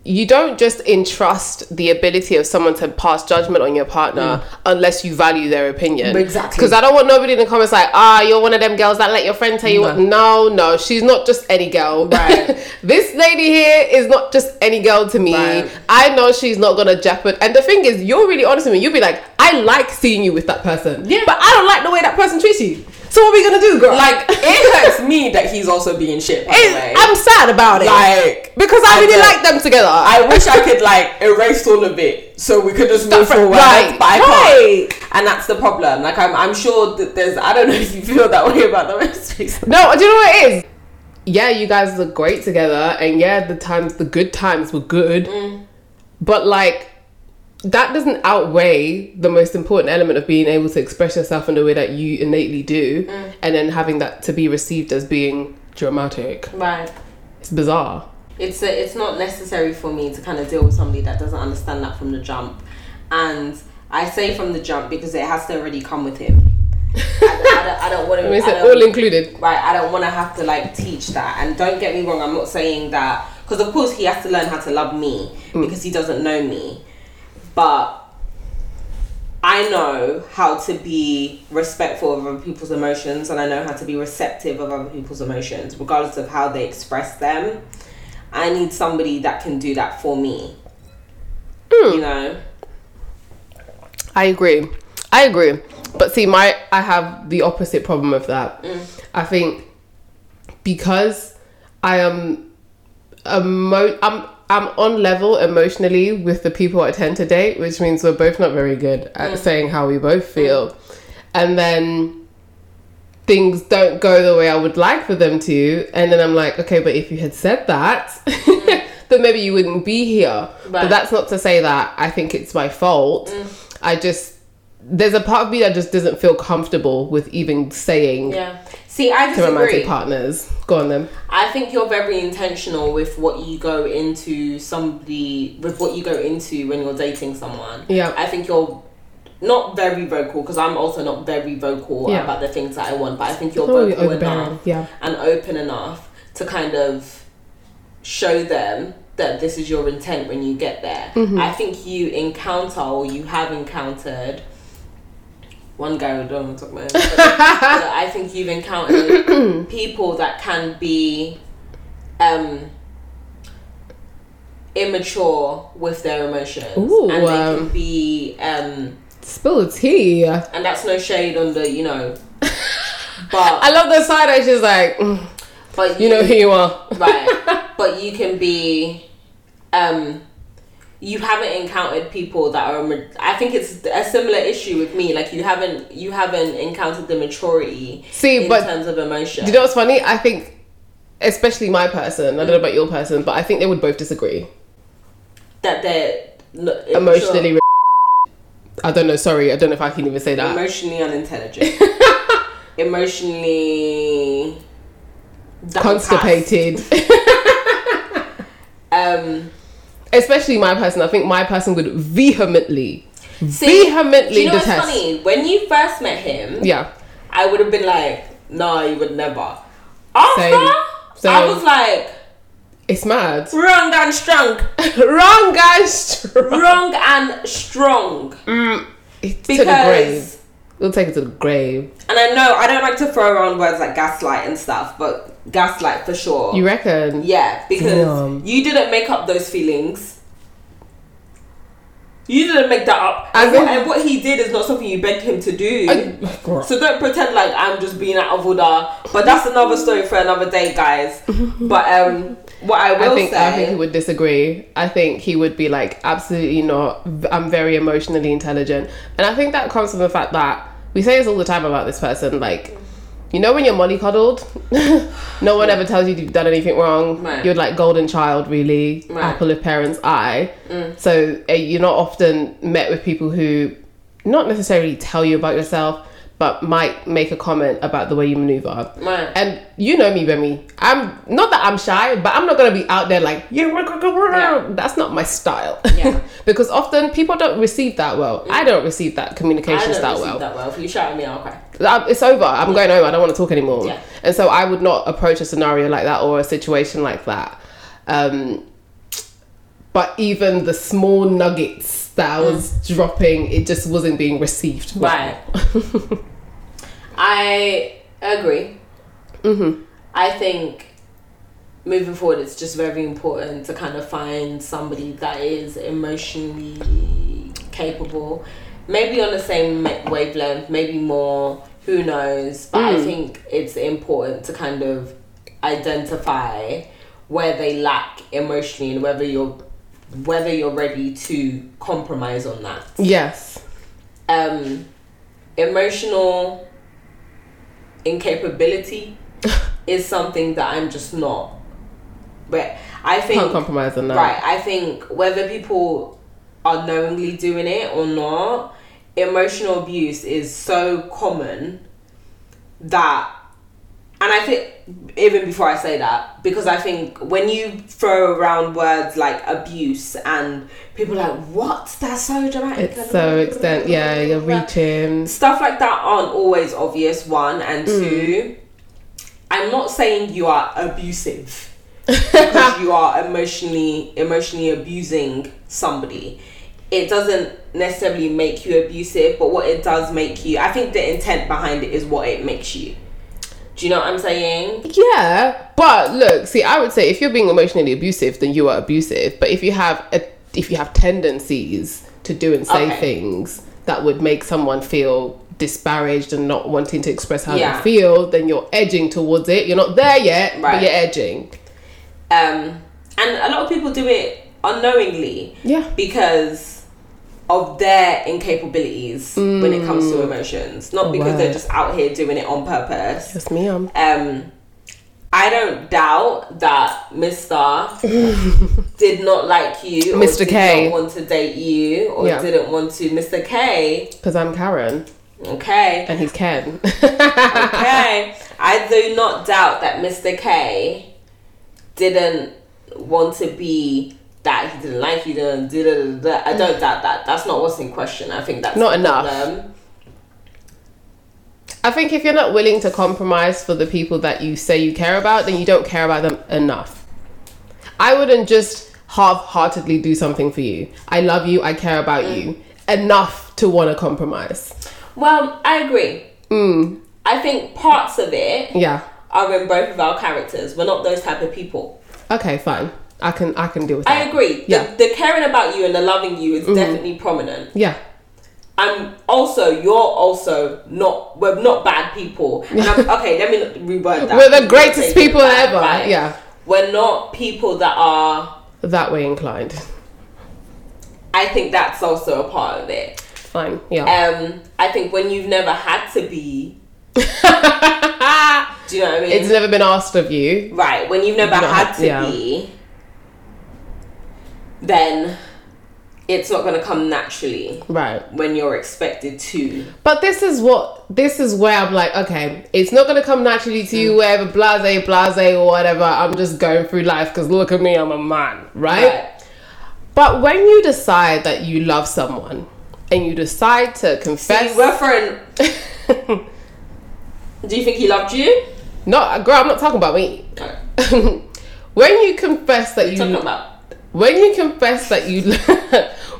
Speaker 1: you don't just entrust the ability of someone to pass judgment on your partner unless you value their opinion.
Speaker 2: Mm. Exactly.
Speaker 1: Because I don't want nobody in the comments like, ah, you're one of them girls that let your friend tell you what. No, no, she's not just any girl.
Speaker 2: Right.
Speaker 1: this lady here is not just any girl to me.
Speaker 2: Right.
Speaker 1: I know she's not gonna jeopard. And the thing is, you're really honest with me. You'll be like, I like seeing you with that person.
Speaker 2: Yeah.
Speaker 1: But I don't like the way that person treats you. So what are we gonna do, girl?
Speaker 2: Like, it hurts me that he's also being shit, by the way.
Speaker 1: It- I'm sad about it.
Speaker 2: Like,
Speaker 1: because I,
Speaker 2: I
Speaker 1: really
Speaker 2: don't-
Speaker 1: like them together. I,
Speaker 2: I wish I could like erase all of it so we could just move
Speaker 1: fr-
Speaker 2: forward.
Speaker 1: right,
Speaker 2: but I
Speaker 1: right.
Speaker 2: can't. And that's the problem. Like I'm, I'm sure that there's. I don't know if you feel that way about the most recent.
Speaker 1: no, do you know what it is? Yeah, you guys look great together, and yeah, the times, the good times were good, but like that doesn't outweigh the most important element of being able to express yourself in the way that you innately do, and then having that to be received as being dramatic.
Speaker 2: Right.
Speaker 1: It's bizarre.
Speaker 2: It's a, it's not necessary for me to kind of deal with somebody that doesn't understand that from the jump, and I say from the jump because it has to already come with him. I, don't- I don't, want
Speaker 1: I
Speaker 2: to.
Speaker 1: mean, it's like all included.
Speaker 2: right i don't want to have to like teach that and don't get me wrong i'm not saying that because of course he has to learn how to love me because he doesn't know me but i know how to be respectful of other people's emotions and i know how to be receptive of other people's emotions regardless of how they express them i need somebody that can do that for me you know
Speaker 1: I agree. I agree. But see, my I have the opposite problem of that. I think because I am emo- I'm I'm on level emotionally with the people I tend to date, which means we're both not very good at
Speaker 2: Mm.
Speaker 1: saying how we both feel. And then things don't go the way I would like for them to, and then I'm like, okay, but if you had said that, then maybe you wouldn't be here. But
Speaker 2: Mm. Right. Mm.
Speaker 1: that's not to say that I think it's my fault. I just there's a part of me that just doesn't feel comfortable with even saying
Speaker 2: yeah see i
Speaker 1: to romantic
Speaker 2: disagree
Speaker 1: partners. Go on then.
Speaker 2: I think you're very intentional with what you go into somebody with what you go into when you're dating someone.
Speaker 1: Yeah.
Speaker 2: I think you're not very vocal because I'm also not very vocal
Speaker 1: Yeah.
Speaker 2: about the things that I want, but I think you're
Speaker 1: Oh, you're
Speaker 2: vocal
Speaker 1: overbearing.
Speaker 2: enough
Speaker 1: Yeah.
Speaker 2: and open enough to kind of show them that this is your intent when you get there.
Speaker 1: Mm-hmm.
Speaker 2: I think you encounter or you have encountered one guy I don't want to talk about. him, but- but I think you've encountered people that can be um, immature with their emotions,
Speaker 1: Ooh,
Speaker 2: and they
Speaker 1: um,
Speaker 2: can be, um,
Speaker 1: Spill the tea.
Speaker 2: and that's no shade on the you know, but
Speaker 1: I love the side eye. She's like, "Mm,
Speaker 2: but
Speaker 1: you know who you are.
Speaker 2: right but you can be um you haven't encountered people that are ma- i think it's a similar issue with me like you haven't you haven't encountered the maturity
Speaker 1: See,
Speaker 2: in
Speaker 1: but-
Speaker 2: terms of emotion
Speaker 1: Do you know what's funny? I think, especially my person. I don't know about your person, but I think they would both disagree
Speaker 2: that they're n-
Speaker 1: emotionally. Re- I don't know. Sorry, I don't know if I can even say that.
Speaker 2: emotionally unintelligent emotionally
Speaker 1: Constipated.
Speaker 2: downcast. um
Speaker 1: especially my person. I think my person would vehemently,
Speaker 2: see,
Speaker 1: vehemently
Speaker 2: do you know what's
Speaker 1: detest.
Speaker 2: funny when you first met him
Speaker 1: Yeah.
Speaker 2: I would have been like, no, you would never. After,
Speaker 1: Same.
Speaker 2: I
Speaker 1: Same.
Speaker 2: was like,
Speaker 1: It's mad.
Speaker 2: wrong and strong,
Speaker 1: Wrong guys. to
Speaker 2: wrong and strong.
Speaker 1: the grave.
Speaker 2: Because,
Speaker 1: We'll take it to the grave.
Speaker 2: and I know I don't like to throw around words like gaslight and stuff, but gaslight for sure.
Speaker 1: You reckon?
Speaker 2: yeah, because
Speaker 1: Damn.
Speaker 2: you didn't make up those feelings. You didn't make that up.
Speaker 1: As
Speaker 2: And what,
Speaker 1: in-
Speaker 2: and what he did is not something you begged him to do.
Speaker 1: I-
Speaker 2: so don't pretend like I'm just being out of order. But that's another story for another day, guys. But um, what I will
Speaker 1: I think
Speaker 2: say,
Speaker 1: I think he would disagree. I think he would be like, absolutely not. V- I'm very emotionally intelligent, and I think that comes from the fact that we say this all the time about this person. Like, you know, when you're mollycoddled, no one ever tells you you've done anything wrong.
Speaker 2: Right.
Speaker 1: You're like golden child, really,
Speaker 2: Right. Mm.
Speaker 1: apple of parents' eye. So uh, you're not often met with people who, not necessarily tell you about yourself, but might make a comment about the way you maneuver.
Speaker 2: Right.
Speaker 1: And you know me, Remy. I'm not that I'm shy, but I'm not gonna be out there like yeah. rah, rah, rah, rah."
Speaker 2: Yeah.
Speaker 1: That's not my style.
Speaker 2: Yeah.
Speaker 1: because often people don't receive that well. I don't receive that
Speaker 2: I
Speaker 1: communications
Speaker 2: don't
Speaker 1: that
Speaker 2: receive
Speaker 1: well.
Speaker 2: that well. If you shout at me, I'll cry.
Speaker 1: I- It's over. I'm going home. I don't want to talk anymore.
Speaker 2: Yeah.
Speaker 1: And so I would not approach a scenario like that or a situation like that. Um, but even the small nuggets that I was dropping, it just wasn't being received. well.
Speaker 2: Right. I agree.
Speaker 1: Mhm.
Speaker 2: I think moving forward, it's just very important to kind of find somebody that is emotionally capable, maybe on the same ma- wavelength, maybe more, who knows. But I think it's important to kind of identify where they lack emotionally and whether you're whether you're ready to compromise on that
Speaker 1: Yes.
Speaker 2: um, emotional incapability is something that I'm just not. But I
Speaker 1: Can't
Speaker 2: think
Speaker 1: compromise on that.
Speaker 2: right. I think whether people are knowingly doing it or not, emotional abuse is so common that, and I think even before I say that, because I think when you throw around words like abuse and people are like what that's so dramatic.
Speaker 1: It's so extent. Yeah, you're reaching.
Speaker 2: stuff like that aren't always obvious one and two i'm not saying you are abusive because you are emotionally emotionally abusing somebody it doesn't necessarily make you abusive but what it does make you i think the intent behind it is what it makes you do you know what i'm saying
Speaker 1: Yeah, but look, see, I would say if you're being emotionally abusive, then you are abusive. But if you have a, if you have tendencies to do and say
Speaker 2: Okay.
Speaker 1: things that would make someone feel disparaged and not wanting to express how
Speaker 2: Yeah.
Speaker 1: they feel, then you're edging towards it. You're not there yet,
Speaker 2: Right.
Speaker 1: but you're edging.
Speaker 2: um and a lot of people do it unknowingly
Speaker 1: Yeah.
Speaker 2: because of their incapabilities when it comes to emotions, not
Speaker 1: Mm.
Speaker 2: because
Speaker 1: Oh, wow.
Speaker 2: they're just out here doing it on purpose.
Speaker 1: That's me. I'm
Speaker 2: Um, I don't doubt that Mr. did not like you, or
Speaker 1: Mr.
Speaker 2: did
Speaker 1: K.
Speaker 2: not want to date you, or
Speaker 1: Yeah.
Speaker 2: didn't want to. Mr. K,
Speaker 1: because I'm Karen
Speaker 2: okay,
Speaker 1: and he's Ken.
Speaker 2: okay. I do not doubt that Mr. K didn't want to be that he didn't like you. Didn't, da, da, da, da. I don't doubt that. That's not what's in question. I think that's
Speaker 1: Not
Speaker 2: the
Speaker 1: enough.
Speaker 2: problem.
Speaker 1: I think if you're not willing to compromise for the people that you say you care about, then you don't care about them enough. I wouldn't just half heartedly do something for you. I love you, I care about you enough to want to compromise.
Speaker 2: Well, I agree.
Speaker 1: Mm.
Speaker 2: I think parts of it
Speaker 1: Yeah.
Speaker 2: are in both of our characters. We're not those type of people.
Speaker 1: Okay, fine. I can I can deal with
Speaker 2: I
Speaker 1: that.
Speaker 2: agree.
Speaker 1: Yeah. Mm-hmm.
Speaker 2: The, the caring about you and the loving you is definitely prominent.
Speaker 1: yeah.
Speaker 2: I'm also you're also not we're not bad people. And I'm, okay, let me not reword that.
Speaker 1: We're the
Speaker 2: Not
Speaker 1: greatest
Speaker 2: taking it
Speaker 1: people
Speaker 2: back,
Speaker 1: ever.
Speaker 2: right?
Speaker 1: Yeah.
Speaker 2: We're not people that are
Speaker 1: That way inclined.
Speaker 2: I think that's also a part of it.
Speaker 1: Fine. Yeah.
Speaker 2: Um I think when you've never had to be Do you know what I mean?
Speaker 1: it's never been asked of you.
Speaker 2: Right, when you've never
Speaker 1: Not
Speaker 2: had
Speaker 1: ha-
Speaker 2: to
Speaker 1: yeah.
Speaker 2: be, then it's not going to come naturally
Speaker 1: Right.
Speaker 2: when you're expected to.
Speaker 1: But this is what this is where I'm like, okay, it's not gonna come naturally to
Speaker 2: Mm.
Speaker 1: you, whatever, blase, blase, or whatever. I'm just going through life because look at me, I'm a man, right?
Speaker 2: Right.
Speaker 1: But when you decide that you love someone and you decide to confess,
Speaker 2: See, we're friend. Do you think he loved you?
Speaker 1: no, girl, I'm not talking about me.
Speaker 2: No.
Speaker 1: when you confess that you
Speaker 2: Talking about.
Speaker 1: when you confess that you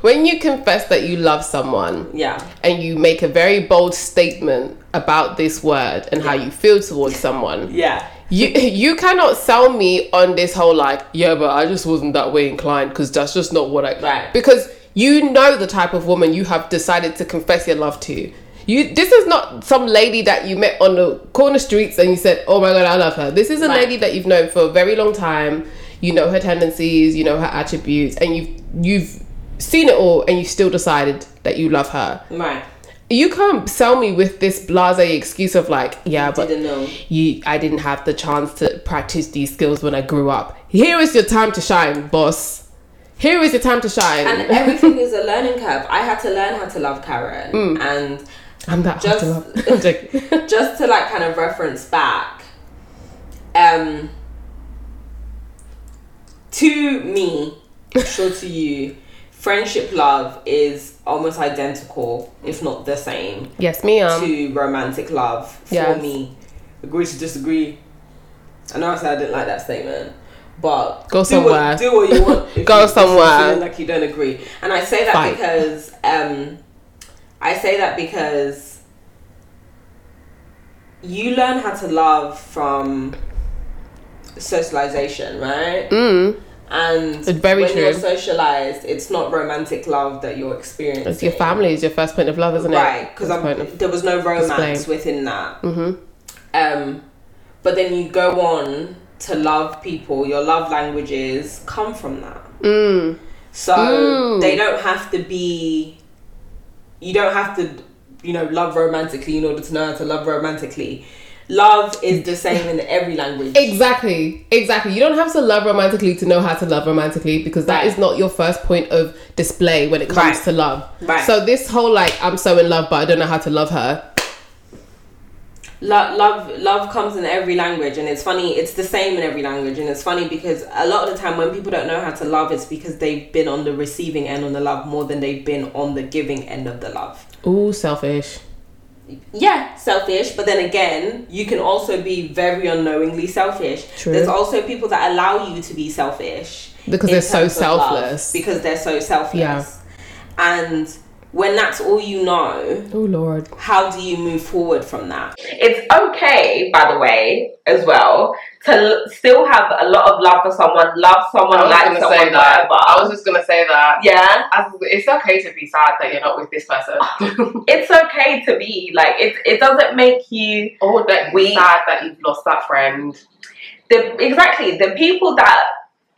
Speaker 1: when you confess that you love someone,
Speaker 2: Yeah.
Speaker 1: and you make a very bold statement about this word and how you feel towards someone.
Speaker 2: Yeah.
Speaker 1: You you cannot sell me on this whole like yeah, but I just wasn't that way inclined because that's just not what I
Speaker 2: Right.
Speaker 1: because You know the type of woman you have decided to confess your love to. You this is not some lady that you met on the corner streets and you said, "Oh my god, I love her." This is a
Speaker 2: Right.
Speaker 1: lady that you've known for a very long time. You know her tendencies, you know her attributes, and you've you've seen it all, and you still decided that you love her.
Speaker 2: Right.
Speaker 1: You can't sell me with this blase excuse of like, yeah, but
Speaker 2: Didn't know.
Speaker 1: you I didn't have the chance to practice these skills when I grew up. Here is your time to shine, boss. Here is your time to shine.
Speaker 2: And everything is a learning curve. I had to learn how to love Karen. And
Speaker 1: I'm that hard Hmm. to love.
Speaker 2: just-
Speaker 1: I'm joking.
Speaker 2: just to like kind of reference back, um, to me, I'm sure to you, friendship love is almost identical, if not the same,
Speaker 1: yes, um, ma'am.
Speaker 2: to romantic love for
Speaker 1: Yes.
Speaker 2: me. Agree to disagree. I know I said I didn't like that statement, but
Speaker 1: Go
Speaker 2: do
Speaker 1: somewhere.
Speaker 2: What, do what you want. if
Speaker 1: Go
Speaker 2: you- if you're
Speaker 1: somewhere.
Speaker 2: feeling Like you don't agree, and I say that
Speaker 1: Fight.
Speaker 2: because um, I say that because you learn how to love from socialization, right?
Speaker 1: Mm,
Speaker 2: And
Speaker 1: It's very
Speaker 2: when you're
Speaker 1: true.
Speaker 2: socialized, it's not romantic love that you're experiencing.
Speaker 1: it's your family is your first point of love, isn't it?
Speaker 2: Right, because
Speaker 1: That's the point of-
Speaker 2: there was no romance
Speaker 1: display.
Speaker 2: within that.
Speaker 1: Mhm.
Speaker 2: Um, but then you go on to love people. Your love languages come from that,
Speaker 1: Mm,
Speaker 2: so
Speaker 1: Mm.
Speaker 2: they don't have to be. You don't have to, you know, love romantically in order to know how to love romantically. Love is the same in every language.
Speaker 1: Exactly, exactly. You don't have to love romantically to know how to love romantically because that
Speaker 2: Right.
Speaker 1: is not your first point of display when it comes
Speaker 2: Right.
Speaker 1: to love.
Speaker 2: Right.
Speaker 1: So this whole like I'm so in love but I don't know how to love her.
Speaker 2: love love love comes in every language and it's funny it's the same in every language and it's funny because a lot of the time when people don't know how to love it's because they've been on the receiving end on the love more than they've been on the giving end of the love
Speaker 1: Ooh, selfish.
Speaker 2: yeah selfish but then again you can also be very unknowingly selfish
Speaker 1: True.
Speaker 2: there's also people that allow you to be selfish
Speaker 1: Because
Speaker 2: in
Speaker 1: they're so
Speaker 2: terms of love,
Speaker 1: selfless.
Speaker 2: because they're so selfless
Speaker 1: Yeah.
Speaker 2: and when that's all you know
Speaker 1: Oh lord.
Speaker 2: how do you move forward from that? It's okay, by the way, as well, to l- still have a lot of love for someone, love someone, like someone, whatever.
Speaker 1: just gonna say that.
Speaker 2: yeah,
Speaker 1: I- it's okay to be sad that you're not with this person.
Speaker 2: it's okay to be like it. It doesn't make you
Speaker 1: or that
Speaker 2: We-
Speaker 1: sad that you've lost that friend.
Speaker 2: the exactly the people that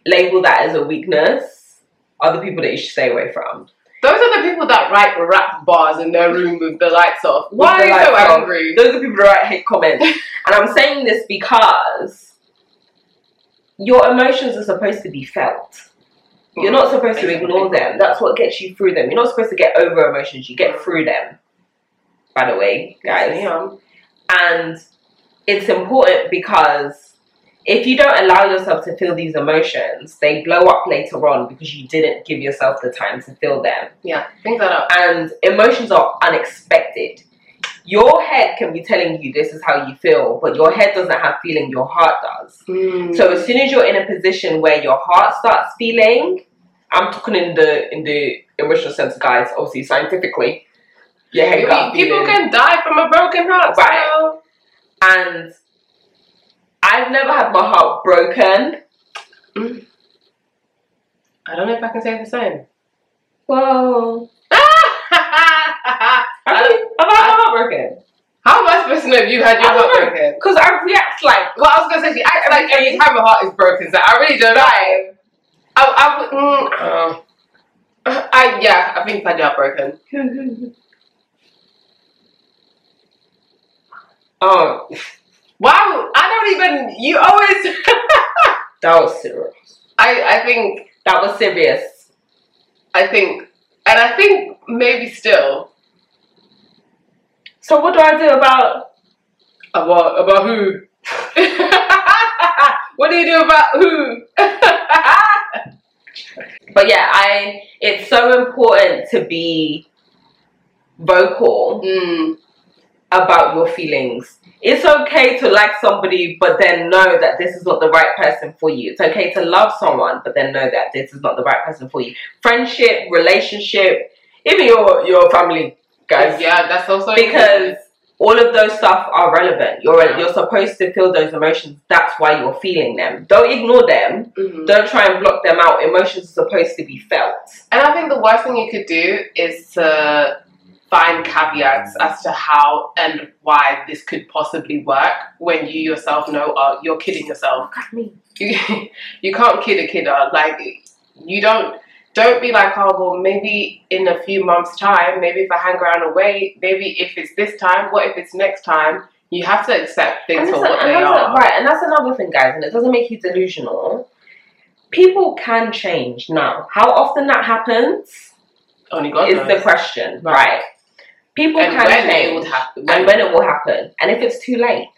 Speaker 2: label that as a weakness are the people that you should stay away from.
Speaker 1: Those are the people that write rap bars in their room with the lights off. Why
Speaker 2: Why the
Speaker 1: are you
Speaker 2: lights
Speaker 1: so
Speaker 2: off.
Speaker 1: angry?
Speaker 2: Those are the people that write hate comments, and I'm saying this because your emotions are supposed to be felt. You're not supposed to ignore them. That's what gets you through them. You're not supposed to get over emotions. You get through them. By the way, guys. And it's important because if you don't allow yourself to feel these emotions, they blow up later on because you didn't give yourself the time to feel them.
Speaker 1: Yeah, think that up.
Speaker 2: And emotions are unexpected. Your head can be telling you this is how you feel, but your head doesn't have feeling, your heart does. So as soon as you're in a position where your heart starts feeling, I'm talking in the in the emotional sense, guys. Obviously, scientifically, your head got
Speaker 1: people
Speaker 2: feeling.
Speaker 1: can die from a broken heart.
Speaker 2: Right.
Speaker 1: so-
Speaker 2: and I've never had my heart broken.
Speaker 1: I don't know if I can say the same.
Speaker 2: Whoa!
Speaker 1: How
Speaker 2: I've never had my heart broken
Speaker 1: am I supposed to know if you had your
Speaker 2: I don't
Speaker 1: heart
Speaker 2: know.
Speaker 1: broken?
Speaker 2: because I react like
Speaker 1: Well, I was gonna say she acts like every time her heart is broken, so I really don't know. I, I, would- mm, uh, I yeah, I think I'd broken.
Speaker 2: oh
Speaker 1: Wow, I don't even. You always.
Speaker 2: that was serious.
Speaker 1: I I think
Speaker 2: That was serious.
Speaker 1: I think, and I think maybe still
Speaker 2: So what do I do about?
Speaker 1: about about who. what do you do about who?
Speaker 2: But yeah, I. It's so important to be vocal
Speaker 1: mm,
Speaker 2: about your feelings. It's okay to like somebody, but then know that this is not the right person for you. It's okay to love someone, but then know that this is not the right person for you. Friendship, relationship, even your your family, guys.
Speaker 1: yeah, that's also
Speaker 2: Because all of those stuff are relevant. You're you're supposed to feel those emotions. That's why you're feeling them. Don't ignore them.
Speaker 1: Mm-hmm.
Speaker 2: Don't try and block them out. Emotions are supposed to be felt.
Speaker 1: And I think the worst thing you could do is to find caveats as to how and why this could possibly work when you yourself know uh, you're kidding yourself. You, you can't kid a kidder. Like, you don't. Don't be like, oh, well, maybe in a few months' time, maybe if I hang around away, maybe if it's this time, what if it's next time? You have to accept things
Speaker 2: And
Speaker 1: for
Speaker 2: that's
Speaker 1: what
Speaker 2: a-
Speaker 1: they
Speaker 2: and that's a-
Speaker 1: are.
Speaker 2: right, and that's another thing, guys, and it doesn't make you delusional. People can change now. How often that happens
Speaker 1: Only Oh God
Speaker 2: is
Speaker 1: knows.
Speaker 2: the question,
Speaker 1: Right.
Speaker 2: right? People
Speaker 1: and
Speaker 2: can
Speaker 1: when it
Speaker 2: change,
Speaker 1: would happen.
Speaker 2: and when it will happen, and if it's too late.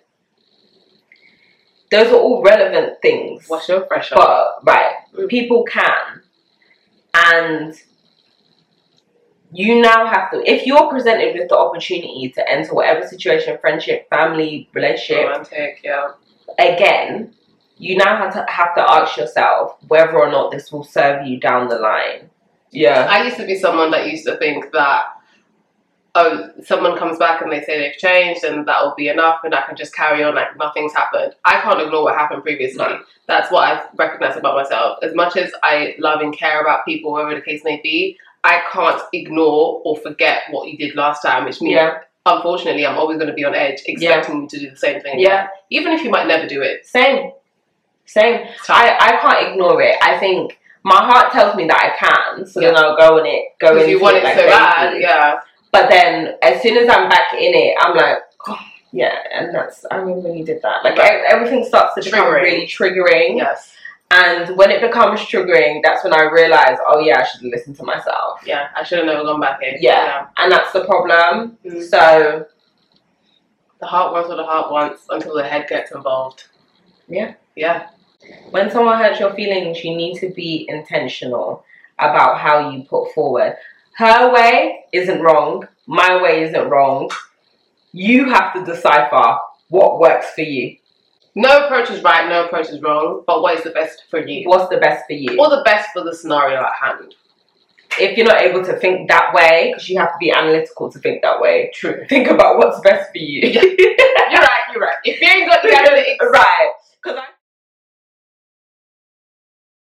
Speaker 2: Those are all relevant things,
Speaker 1: What's your pressure?
Speaker 2: but right, people can, and you now have to. If you're presented with the opportunity to enter whatever situation, friendship, family, relationship,
Speaker 1: romantic, yeah.
Speaker 2: again, you now have to have to ask yourself whether or not this will serve you down the line. Yeah.
Speaker 1: I used to be someone that used to think that oh, someone comes back and they say they've changed and that will be enough and I can just carry on like nothing's happened. I can't ignore what happened previously.
Speaker 2: No.
Speaker 1: That's what I've recognized about myself. As much as I love and care about people, whatever the case may be, I can't ignore or forget what you did last time, which means
Speaker 2: Yeah.
Speaker 1: unfortunately I'm always going to be on edge expecting you to do the same thing.
Speaker 2: Yeah.
Speaker 1: Even if you might never do it.
Speaker 2: Same. Same. I, I can't ignore it. I think my heart tells me that I can, so then I'll go in it, go
Speaker 1: Because
Speaker 2: in
Speaker 1: you want it
Speaker 2: like
Speaker 1: so
Speaker 2: crazy.
Speaker 1: bad, yeah.
Speaker 2: But then as soon as I'm back in it, I'm like, oh, yeah, and that's I mean when you did that. Like
Speaker 1: Right.
Speaker 2: e- everything starts to become
Speaker 1: Triggering.
Speaker 2: really triggering.
Speaker 1: Yes.
Speaker 2: And when it becomes triggering, that's when I realise, oh yeah, I should listen to myself.
Speaker 1: Yeah. I should have never gone back in.
Speaker 2: Yeah. And that's the problem.
Speaker 1: Mm.
Speaker 2: So
Speaker 1: The heart wants what the heart wants until the head gets involved.
Speaker 2: Yeah.
Speaker 1: Yeah.
Speaker 2: When someone hurts your feelings, you need to be intentional about how you put forward. Her way isn't wrong, my way isn't wrong. You have to decipher what works for you,
Speaker 1: No approach is right, no approach is wrong, but what is the best for you?
Speaker 2: what's the best for you.
Speaker 1: Or the best for the scenario at hand.
Speaker 2: If you're not able to think that way, because you have to be analytical to think that way,
Speaker 1: True.
Speaker 2: think about what's best for you.
Speaker 1: You're right, you're right. If you ain't got the analytics,
Speaker 2: right. Because I